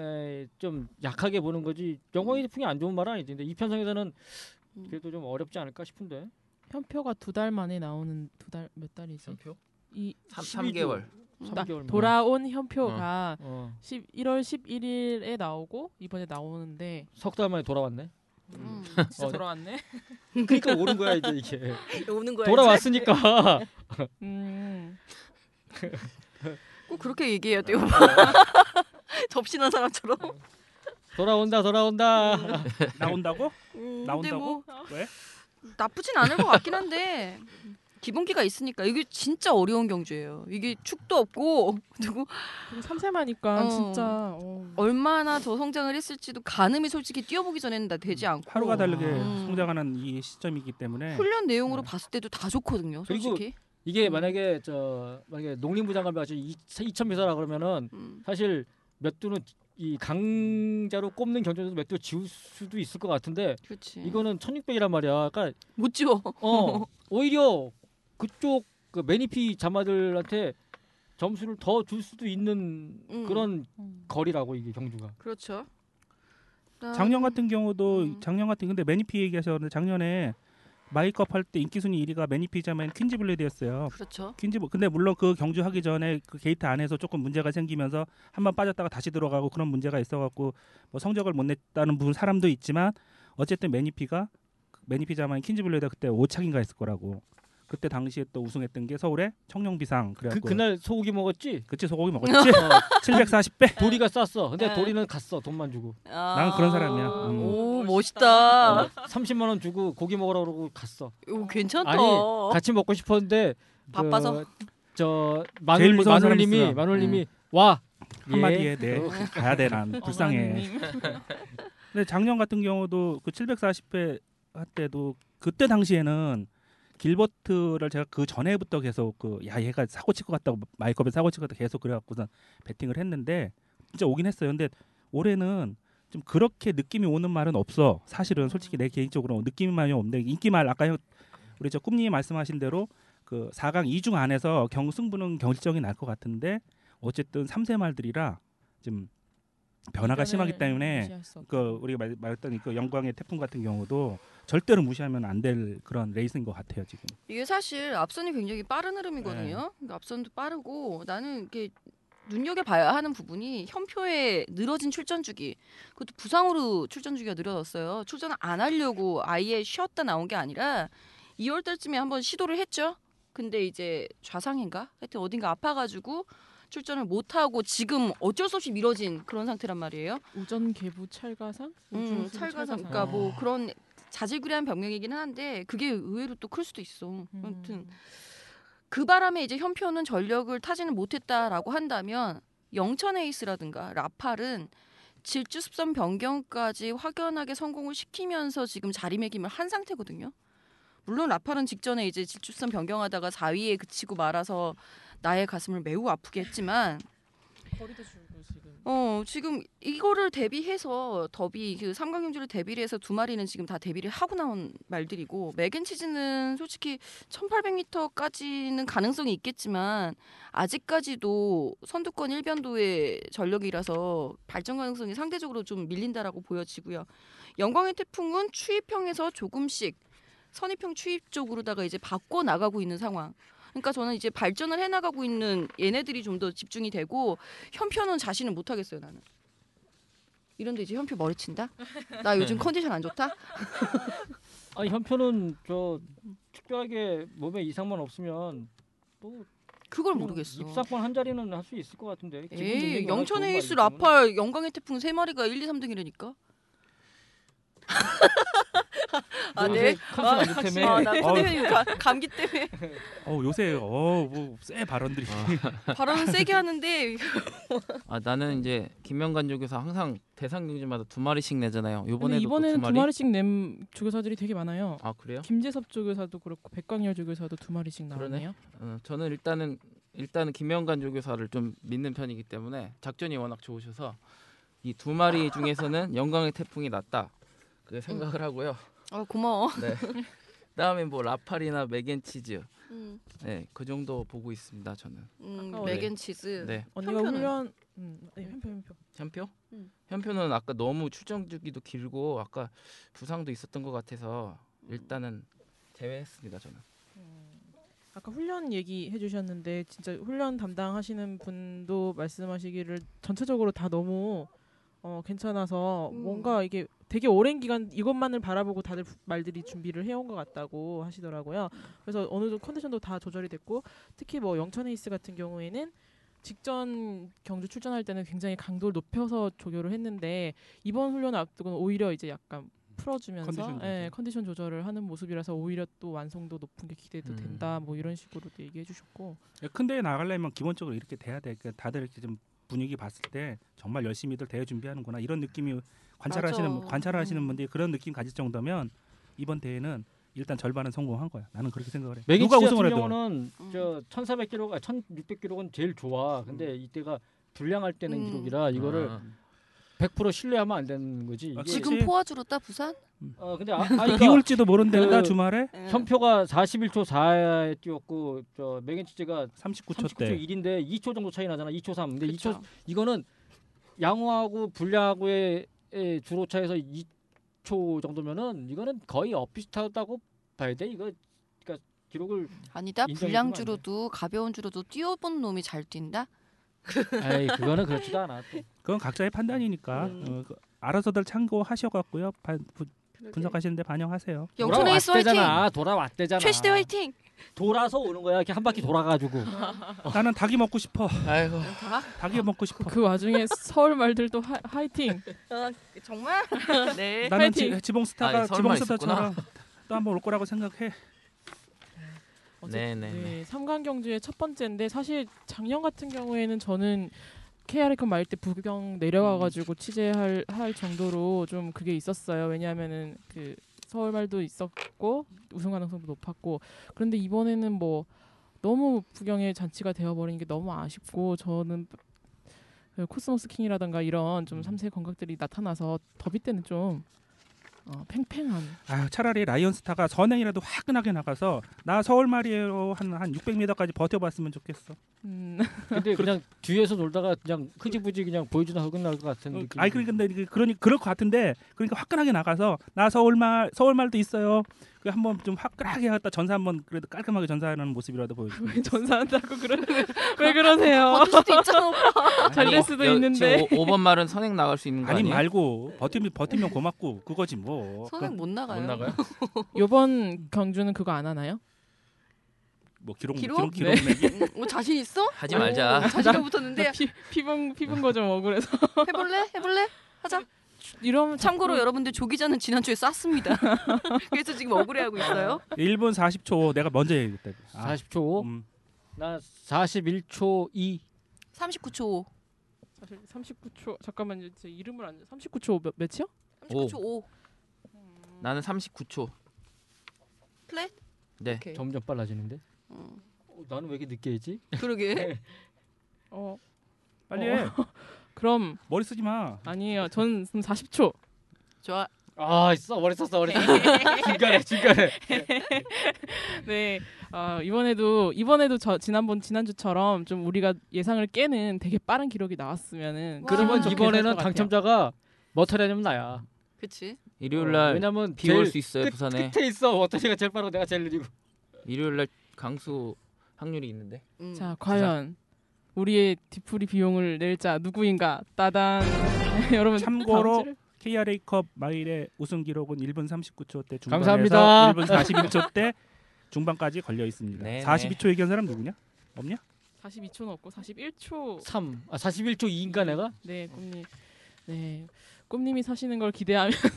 Speaker 5: 에, 좀 약하게 보는 거지. 영광의 태풍이 안 좋은 말은 아니지. 근데 이 편성에서는
Speaker 6: 음.
Speaker 5: 그래도 좀 어렵지 않을까 싶은데.
Speaker 2: 현표가 두 달 만에 나오는 두 달 몇 달이지? 이
Speaker 3: 3, 개월
Speaker 2: 나-
Speaker 5: 3개월
Speaker 2: 돌아온 현표가
Speaker 5: 어.
Speaker 2: 11월 11일에 나오고 이번에 나오는데
Speaker 5: 석달 만에 돌아왔네.
Speaker 6: 음.
Speaker 2: 진짜
Speaker 5: 어,
Speaker 2: 돌아왔네.
Speaker 5: 그러니까 오른 거야 이제 이게.
Speaker 8: 오는 거야.
Speaker 5: 돌아왔으니까.
Speaker 2: 음.
Speaker 6: 꼭 그렇게 얘기해야
Speaker 5: 어.
Speaker 6: 돼요. 접신한 사람처럼.
Speaker 5: 돌아온다 돌아온다.
Speaker 4: 나온다고?
Speaker 6: 음, 근데
Speaker 4: 나온다고?
Speaker 6: 뭐
Speaker 4: 왜?
Speaker 6: 나쁘진 않을 것 같긴 한데 기본기가 있으니까 이게 진짜 어려운 경주예요. 이게 축도 없고 그리고
Speaker 2: 그리고 삼세마니까
Speaker 6: 어.
Speaker 2: 진짜 어.
Speaker 6: 얼마나 더 성장을 했을지도 가늠이 솔직히 뛰어보기 전에는 다 되지 않고
Speaker 4: 하루가 다르게
Speaker 6: 네. 음.
Speaker 4: 성장하는 이 시점이기 때문에
Speaker 6: 훈련 내용으로
Speaker 4: 네.
Speaker 6: 봤을 때도 다 좋거든요.
Speaker 5: 그리고-
Speaker 6: 솔직히.
Speaker 5: 이게
Speaker 6: 음.
Speaker 5: 만약에 저 만약에 농림부 장관이 아주 2천 비서라 그러면은
Speaker 6: 음.
Speaker 5: 사실 몇 두는 이 강자로 꼽는 경쟁에서 몇 두 지울 수도 있을 것 같은데
Speaker 6: 그렇지.
Speaker 5: 이거는 1600이란 말이야. 그러니까
Speaker 6: 못 지워.
Speaker 5: 어 오히려 그쪽 그 매니피 자마들한테 점수를 더 줄 수도 있는
Speaker 6: 음.
Speaker 5: 그런
Speaker 2: 음.
Speaker 5: 거리라고 이게 경주가.
Speaker 6: 그렇죠.
Speaker 4: 작년 같은 경우도
Speaker 6: 음.
Speaker 4: 작년 같은 근데 매니피 얘기하셨는데 작년에 마이컵 할 때 인기 순위 1위가 매니피자맨 퀸즈블레드였어요.
Speaker 6: 그렇죠.
Speaker 4: 퀸즈 근데 물론 그 경주 하기 전에 그 게이트 안에서 조금 문제가 생기면서 한 번 빠졌다가 다시 들어가고 그런 문제가 있어갖고 뭐 성적을 못 냈다는 분 사람도 있지만 어쨌든 매니피가 매니피자만 퀸즈블레드 그때 5착인가 했을 거라고 그때 당시에 또 우승했던 게 서울의 청룡비상
Speaker 5: 그
Speaker 4: 그래갖고
Speaker 5: 그날 소고기 먹었지?
Speaker 4: 그치 소고기 먹었지
Speaker 5: 어,
Speaker 4: 740배
Speaker 5: 도리가 쌌어. 근데
Speaker 6: 네.
Speaker 5: 도리는 갔어. 돈만 주고.
Speaker 6: 난
Speaker 4: 그런 사람이야. 음.
Speaker 6: 아, 오 멋있다.
Speaker 5: 어, 30만 원 주고 고기 먹으라고 그러고 갔어.
Speaker 6: 오 괜찮다.
Speaker 5: 아니, 같이 먹고 싶었는데 그,
Speaker 6: 바빠서?
Speaker 5: 저
Speaker 4: 제일
Speaker 5: 마눌
Speaker 4: 무서운 사람이 음.
Speaker 5: 마눌님이
Speaker 4: 있어요.
Speaker 5: 마눌님이 와
Speaker 4: 한마디에 네 가야 돼난 불쌍해
Speaker 2: 예. 어. 어머님.
Speaker 4: 근데 작년 같은 경우도 그 740회 할 때도 그때 당시에는 길버트를 제가 그 전에부터 계속 그 야 얘가 사고 칠 것 같다고 마이컵에 사고 칠 것 같다 계속 그래갖고선 배팅을 했는데 진짜 오긴 했어요. 근데 올해는 좀 그렇게 느낌이 오는 말은 없어. 사실은 솔직히 내 개인적으로 느낌이 많이 없는데 인기 말 아까 형- 우리 저 꿈님이 말씀하신 대로 그 4강 2중 안에서 경승부는 경질적이 날 것 같은데 어쨌든 3세 말들이라 좀 변화가 심하기
Speaker 2: 의견을
Speaker 4: 때문에
Speaker 2: 무시할 수 없-
Speaker 4: 그 우리가 말, 말했던 그 영광의 태풍 같은 경우도 절대로 무시하면 안 될 그런 레이스인 것 같아요 지금.
Speaker 6: 이게 사실 앞선이 굉장히 빠른 흐름이거든요. 그러니까 앞선도 빠르고 나는 이게 눈여겨 봐야 하는 부분이 현표의 늘어진 출전 주기. 그것도 부상으로 출전 주기가 늘어졌어요. 출전을 안 하려고 아예 쉬었다 나온 게 아니라 2월 달쯤에 한번 시도를 했죠. 근데 이제 좌상인가? 하여튼 어딘가 아파가지고 출전을 못 하고 지금 어쩔 수 없이 미뤄진 그런 상태란 말이에요.
Speaker 2: 우전 개부 찰가상?
Speaker 6: 음,
Speaker 2: 우중순
Speaker 6: 찰가상 그러니까 뭐 그런 자질구레한 병명이기는 한데 그게 의외로 또 클 수도 있어.
Speaker 2: 음.
Speaker 6: 아무튼 그 바람에 이제 현표는 전력을 타지는 못했다라고 한다면 영천 에이스라든가 라팔은 질주 습선 변경까지 확연하게 성공을 시키면서 지금 자리매김을 한 상태거든요. 물론 라팔은 직전에 이제 질주 습선 변경하다가 4위에 그치고 말아서 나의 가슴을 매우 아프게 했지만
Speaker 2: 거리도 줄고 지금.
Speaker 6: 어 지금 이거를 대비해서 더비 그 삼강 경주를 대비를 해서 두 마리는 지금 다 대비를 하고 나온 말들이고 맥앤치즈는 솔직히 1800m까지는 가능성이 있겠지만 아직까지도 선두권 일변도의 전력이라서 발전 가능성이 상대적으로 좀 밀린다라고 보여지고요. 영광의 태풍은 추입형에서 조금씩 선입형 추입 쪽으로다가 이제 바꿔 나가고 있는 상황. 그러니까 저는 이제 발전을 해 나가고 있는 얘네들이 좀 더 집중이 되고 현표는 자신은 못하겠어요 나는. 이런데 이제 현표 머리 친다? 나
Speaker 5: 네.
Speaker 6: 요즘 컨디션 안 좋다?
Speaker 5: 아니 현표는 저 특별하게 몸에 이상만 없으면 또
Speaker 6: 그걸 모르겠어.
Speaker 5: 뭐 입사권 한 자리는 할 수 있을 것 같은데. 기본 능력이
Speaker 6: 에이
Speaker 5: 워낙
Speaker 6: 영천
Speaker 5: 좋은
Speaker 6: 에이스
Speaker 5: 말이기 때문에.
Speaker 6: 라팔 영광의 태풍 세 마리가 1, 2, 3등이라니까. 아, 네.
Speaker 5: 컨셉 안 좋다며.
Speaker 6: 아, 나 컨디션이 가- 감기 때문에
Speaker 4: 어 요새 어뭐세 발언들이
Speaker 6: 발언은 세게 하는데
Speaker 3: 아 나는 이제 김명관 조교사 항상 대상 경주마다 두 마리씩 내잖아요.
Speaker 2: 근데
Speaker 3: 요번에도
Speaker 2: 이번에는
Speaker 3: 두
Speaker 2: 뭐
Speaker 3: 마리.
Speaker 2: 두 마리씩 낸 조교사들이 되게 많아요.
Speaker 3: 아 그래요?
Speaker 2: 김재섭 조교사도 그렇고 백광열 조교사도 두 마리씩
Speaker 3: 그러네.
Speaker 2: 나왔네요.
Speaker 3: 어, 저는 일단은 일단은 김명관 조교사를 좀 믿는 편이기 때문에 작전이 워낙 좋으셔서 이 두 마리 중에서는 영광의 태풍이 났다 그 생각을 하고요.
Speaker 6: 아, 고마워.
Speaker 3: 네. 그다음에 뭐 라파리나 맥앤치즈
Speaker 6: 음,
Speaker 3: 네, 그 정도 보고 있습니다 저는.
Speaker 6: 음
Speaker 2: 아까워.
Speaker 6: 맥앤치즈.
Speaker 3: 네.
Speaker 2: 언니가
Speaker 6: 형편은?
Speaker 2: 훈련 음, 네, 현표 현표.
Speaker 3: 현표?
Speaker 6: 음.
Speaker 3: 현표는 아까 너무 출정 주기도 길고 아까 부상도 있었던 것 같아서 일단은 제외했습니다 저는.
Speaker 2: 아까 훈련 얘기해 주셨는데 진짜 훈련 담당하시는 분도 말씀하시기를 전체적으로 다 너무 어, 괜찮아서
Speaker 6: 음.
Speaker 2: 뭔가 이게 되게 오랜 기간 이것만을 바라보고 다들 부- 말들이 준비를 해온 것 같다고 하시더라고요. 그래서 어느 정도 컨디션도 다 조절이 됐고 특히 뭐 영천 에이스 같은 경우에는 직전 경주 출전할 때는 굉장히 강도를 높여서 조교를 했는데 이번 훈련 앞두고는 오히려 이제 약간 풀어주면서
Speaker 4: 컨디션 조절.
Speaker 2: 예, 컨디션 조절을 하는 모습이라서 오히려 또 완성도 높은 게 기대도
Speaker 3: 음.
Speaker 2: 된다 뭐 이런 식으로도 얘기해 주셨고
Speaker 4: 예, 큰 대회 나가려면 기본적으로 이렇게 돼야 돼. 그러니까 다들 이렇게 좀 분위기 봤을 때 정말 열심히들 대회 준비하는구나 이런 느낌이 관찰하시는
Speaker 6: 맞아.
Speaker 4: 관찰하시는
Speaker 6: 음.
Speaker 4: 분들이 그런 느낌 가질 정도면 이번 대회는 일단 절반은 성공한 거야. 나는 그렇게 생각을 해.
Speaker 5: 맥이
Speaker 4: 누가
Speaker 5: 누가
Speaker 4: 우승을
Speaker 5: 같은
Speaker 4: 해도
Speaker 5: 경우는
Speaker 6: 음.
Speaker 5: 저 1,400kg, 1,600kg은 제일 좋아. 근데 이때가 불량할 때는
Speaker 6: 음.
Speaker 5: 기록이라 이거를
Speaker 3: 아,
Speaker 5: 100% 신뢰하면 안 되는 거지.
Speaker 4: 아,
Speaker 5: 이게-
Speaker 4: 지금-
Speaker 6: 지금 포화주로 따 부산?
Speaker 5: 어 근데 아, 아니 그러니까
Speaker 4: 비올지도 모른다
Speaker 5: 그-
Speaker 4: 주말에
Speaker 6: 네. 음.
Speaker 5: 현표가 41초 4에 뛰었고 저 맥앤치즈가
Speaker 4: 39초
Speaker 5: 39초
Speaker 4: 때
Speaker 5: 1인데 2초 정도 차이 나잖아. 2초 3. 근데 2초
Speaker 6: 그쵸.
Speaker 5: 이거는 양호하고 불량하고의 의 주로 차에서 2초 정도면은 이거는 거의 엇비슷하다고 봐야 돼. 이거 그러니까 기록을
Speaker 6: 아니다.
Speaker 5: 인정이
Speaker 6: 불량주로도 가벼운 주로도 뛰어본 놈이 잘 뛴다.
Speaker 5: 에이 그거는 그렇지도 않아. 또.
Speaker 4: 그건 각자의 판단이니까
Speaker 6: 음.
Speaker 4: 어, 그- 알아서들 참고하셔갖고요 반- 부- 분석하시는데 반영하세요.
Speaker 6: 영천 에이스 화이팅.
Speaker 5: 돌아왔대잖아. 돌아왔대잖아.
Speaker 6: 최시대 화이팅.
Speaker 5: 돌아서 오는 거야. 이렇게 한 바퀴 돌아가지고.
Speaker 4: 나는 닭이 먹고 싶어.
Speaker 3: 아이고.
Speaker 6: 다?
Speaker 4: 닭이 먹고 싶어.
Speaker 2: 그 와중에 서울 말들도 하, 화이팅
Speaker 6: 어, 정말? 네.
Speaker 4: 나는
Speaker 2: 파이팅!
Speaker 4: 지, 지봉 스타가
Speaker 3: 아, 예, 설마
Speaker 4: 지봉 스타처럼 또 한 번 올 거라고 생각해.
Speaker 2: 어쨌든
Speaker 3: 네, 네, 네.
Speaker 2: 삼강 경주의 첫 번째인데 사실 작년 같은 경우에는 저는 KR에컴 마일 때 부경
Speaker 3: 음.
Speaker 2: 내려와가지고 취재할 할 정도로 좀 그게 있었어요. 왜냐하면은 그 서울 말도 있었고 우승 가능성도 높았고 그런데 이번에는 뭐 너무 부경의 잔치가 되어버린 게 너무 아쉽고 저는 그 코스모스 킹이라든가 이런
Speaker 3: 음.
Speaker 2: 좀 삼세 건각들이 나타나서 더비 때는 좀 어, 팽팽한
Speaker 4: 아유, 차라리 라이언 스타가 선행이라도 화끈하게 나가서 나 서울 말이에요 한한 600m까지 버텨봤으면 좋겠어.
Speaker 2: 음,
Speaker 5: 근데 그냥 뒤에서 놀다가 그냥 흐지부지 그냥 보여주나 하고 끝날 것 같은 느낌.
Speaker 4: 아이 그러니까 근데 그- 그러니 그럴 것 같은데 그러니까 화끈하게 나가서 나 서울 말 서울 말도 있어요. 그 한번 좀 화끈하게 하다 전사 한번 그래도 깔끔하게 전사하는 모습이라도 보여줘.
Speaker 2: 왜 음, 전사한다고 그러 왜
Speaker 3: 어,
Speaker 2: 그러세요?
Speaker 6: 버틸 수도 있잖아.
Speaker 2: 잘될 수도 있는데.
Speaker 3: 뭐 지금 5번 말은 선행 나갈 수 있는 거
Speaker 4: 아니
Speaker 3: 아니에요?
Speaker 4: 말고 버티면 버티면 고맙고 그거지 뭐.
Speaker 6: 선행 못 나가요.
Speaker 3: 못 나가요?
Speaker 2: 요번 경주는 그거 안 하나요?
Speaker 4: 뭐 기록
Speaker 6: 기록?
Speaker 4: 기록 기록 내기.
Speaker 6: 음, 뭐 자신 있어?
Speaker 3: 하지 말자.
Speaker 6: 오, 자신감 붙었는데
Speaker 2: 피, 피분 피분 거 좀 억울해서
Speaker 6: 해볼래? 해볼래? 하자.
Speaker 2: 이러면
Speaker 6: 참고로 여러분들 조기자는 지난주에 쐈습니다. 그래서 지금 억울해하고 있어요.
Speaker 4: 1분 40초 내가 먼저 얘기했다. 아,
Speaker 5: 40초.
Speaker 4: 음.
Speaker 5: 나 41초 2.
Speaker 6: 39초 5.
Speaker 2: 아, (39초) 잠깐만요 제 이름을 안 39초 몇, 몇이요
Speaker 6: 39초 5.
Speaker 3: 나는 39초.
Speaker 6: 플랫?
Speaker 3: 네.
Speaker 6: 오케이.
Speaker 5: 점점 빨라지는데.
Speaker 6: 음,
Speaker 5: 어, 나는 왜 이렇게 늦게 했지?
Speaker 6: 그러게.
Speaker 2: 어
Speaker 4: 빨리
Speaker 2: 어.
Speaker 4: 해.
Speaker 2: 그럼
Speaker 4: 머리 쓰지 마.
Speaker 2: 아니에요 전 지금 (40초)
Speaker 6: 좋아.
Speaker 5: 아, 있어. 머리 썼어. 머리 썼어. 중간에 중간에.
Speaker 2: 네 아~ 이번에도 이번에도 저 지난번 지난주처럼 좀 우리가 예상을 깨는 되게 빠른 기록이 나왔으면은
Speaker 6: 와.
Speaker 5: 그러면
Speaker 6: 좋게
Speaker 5: 이번에는 당첨자가 머터리냐면 나야.
Speaker 6: 그치.
Speaker 3: 일요일
Speaker 5: 어,
Speaker 3: 날
Speaker 5: 왜냐면
Speaker 3: 비 올
Speaker 5: 제일
Speaker 3: 수 있어요,
Speaker 5: 끝-
Speaker 3: 부산에.
Speaker 5: 끝에 있어. 머터리가 제일 빠르고 내가 제일 느리고.
Speaker 3: 일요일 날 강수 확률이 있는데.
Speaker 6: 음.
Speaker 2: 자 과연 우리의 디프리 비용을 낼 자 누구인가 따단 여러분
Speaker 4: 참고로
Speaker 2: 다음 주를-
Speaker 4: KRA컵 마일의 우승 기록은 1분 39초 때 중반에서
Speaker 5: 감사합니다.
Speaker 4: 1분 41초 때 중반까지 걸려 있습니다.
Speaker 3: 네네.
Speaker 4: 42초 얘기한 사람 누구냐? 없냐?
Speaker 2: 42초는 없고 41초
Speaker 5: 3. 아, 41초 2인가 내가?
Speaker 2: 네, 꿈님. 네. 꿈님이 서시는 걸 기대하면서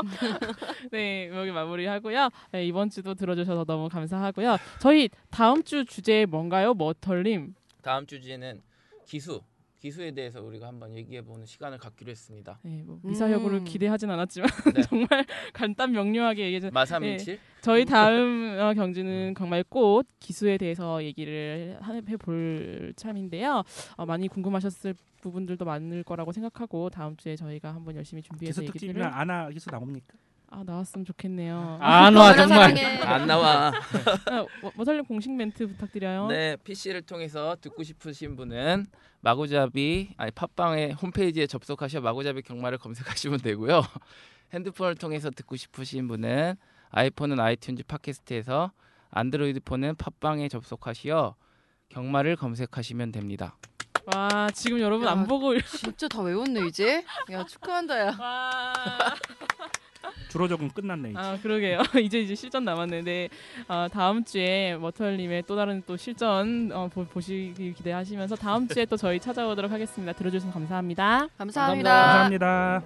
Speaker 2: 네 여기 마무리하고요. 네, 이번 주도 들어주셔서 너무 감사하고요. 저희 다음 주 주제 뭔가요, 머털님?
Speaker 3: 다음 주제는 기수 기수에 대해서 우리가 한번 얘기해보는 시간을 갖기로 했습니다.
Speaker 2: 네, 뭐 미사여구를
Speaker 6: 음.
Speaker 2: 기대하진 않았지만
Speaker 3: 네.
Speaker 2: 정말 간단 명료하게 얘기해 주. 네,
Speaker 3: 마삼일칠
Speaker 2: 저희 다음 어, 경주는 정말 꽃 기수에 대해서 얘기를 하- 해볼 참인데요. 어, 많이 궁금하셨을 부분들도 많을 거라고 생각하고 다음 주에 저희가 한번 열심히 준비해서
Speaker 4: 기수
Speaker 2: 얘기를
Speaker 4: 특집이면 아나 기수 나옵니까?
Speaker 2: 아 나왔으면 좋겠네요.
Speaker 4: 아,
Speaker 5: 안와 정말.
Speaker 6: 사랑해.
Speaker 3: 안 나와.
Speaker 2: 아, 뭐- 모살님 공식 멘트 부탁드려요.
Speaker 3: 네, PC를 통해서 듣고 싶으신 분은 마구잡이 아니 팟빵의 홈페이지에 접속하셔 마구잡이 경마를 검색하시면 되고요. 핸드폰을 통해서 듣고 싶으신 분은 아이폰은 아이튠즈 팟캐스트에서 안드로이드 폰은 팟빵에 접속하시어 경마를 검색하시면 됩니다.
Speaker 2: 와 지금 여러분
Speaker 6: 야.
Speaker 2: 안 보고 이러-
Speaker 6: 진짜 다 외웠네 이제. 야 축하한다 야.
Speaker 2: 와.
Speaker 4: 주로 적응 끝났네. 이제.
Speaker 2: 아 그러게요. 이제 이제 실전 남았는데 아, 다음 주에 머털님의 또 다른 또 실전 어, 보, 보시기 기대하시면서 다음 주에 또 저희 찾아오도록 하겠습니다. 들어주셔서 감사합니다.
Speaker 6: 감사합니다.
Speaker 4: 감사합니다.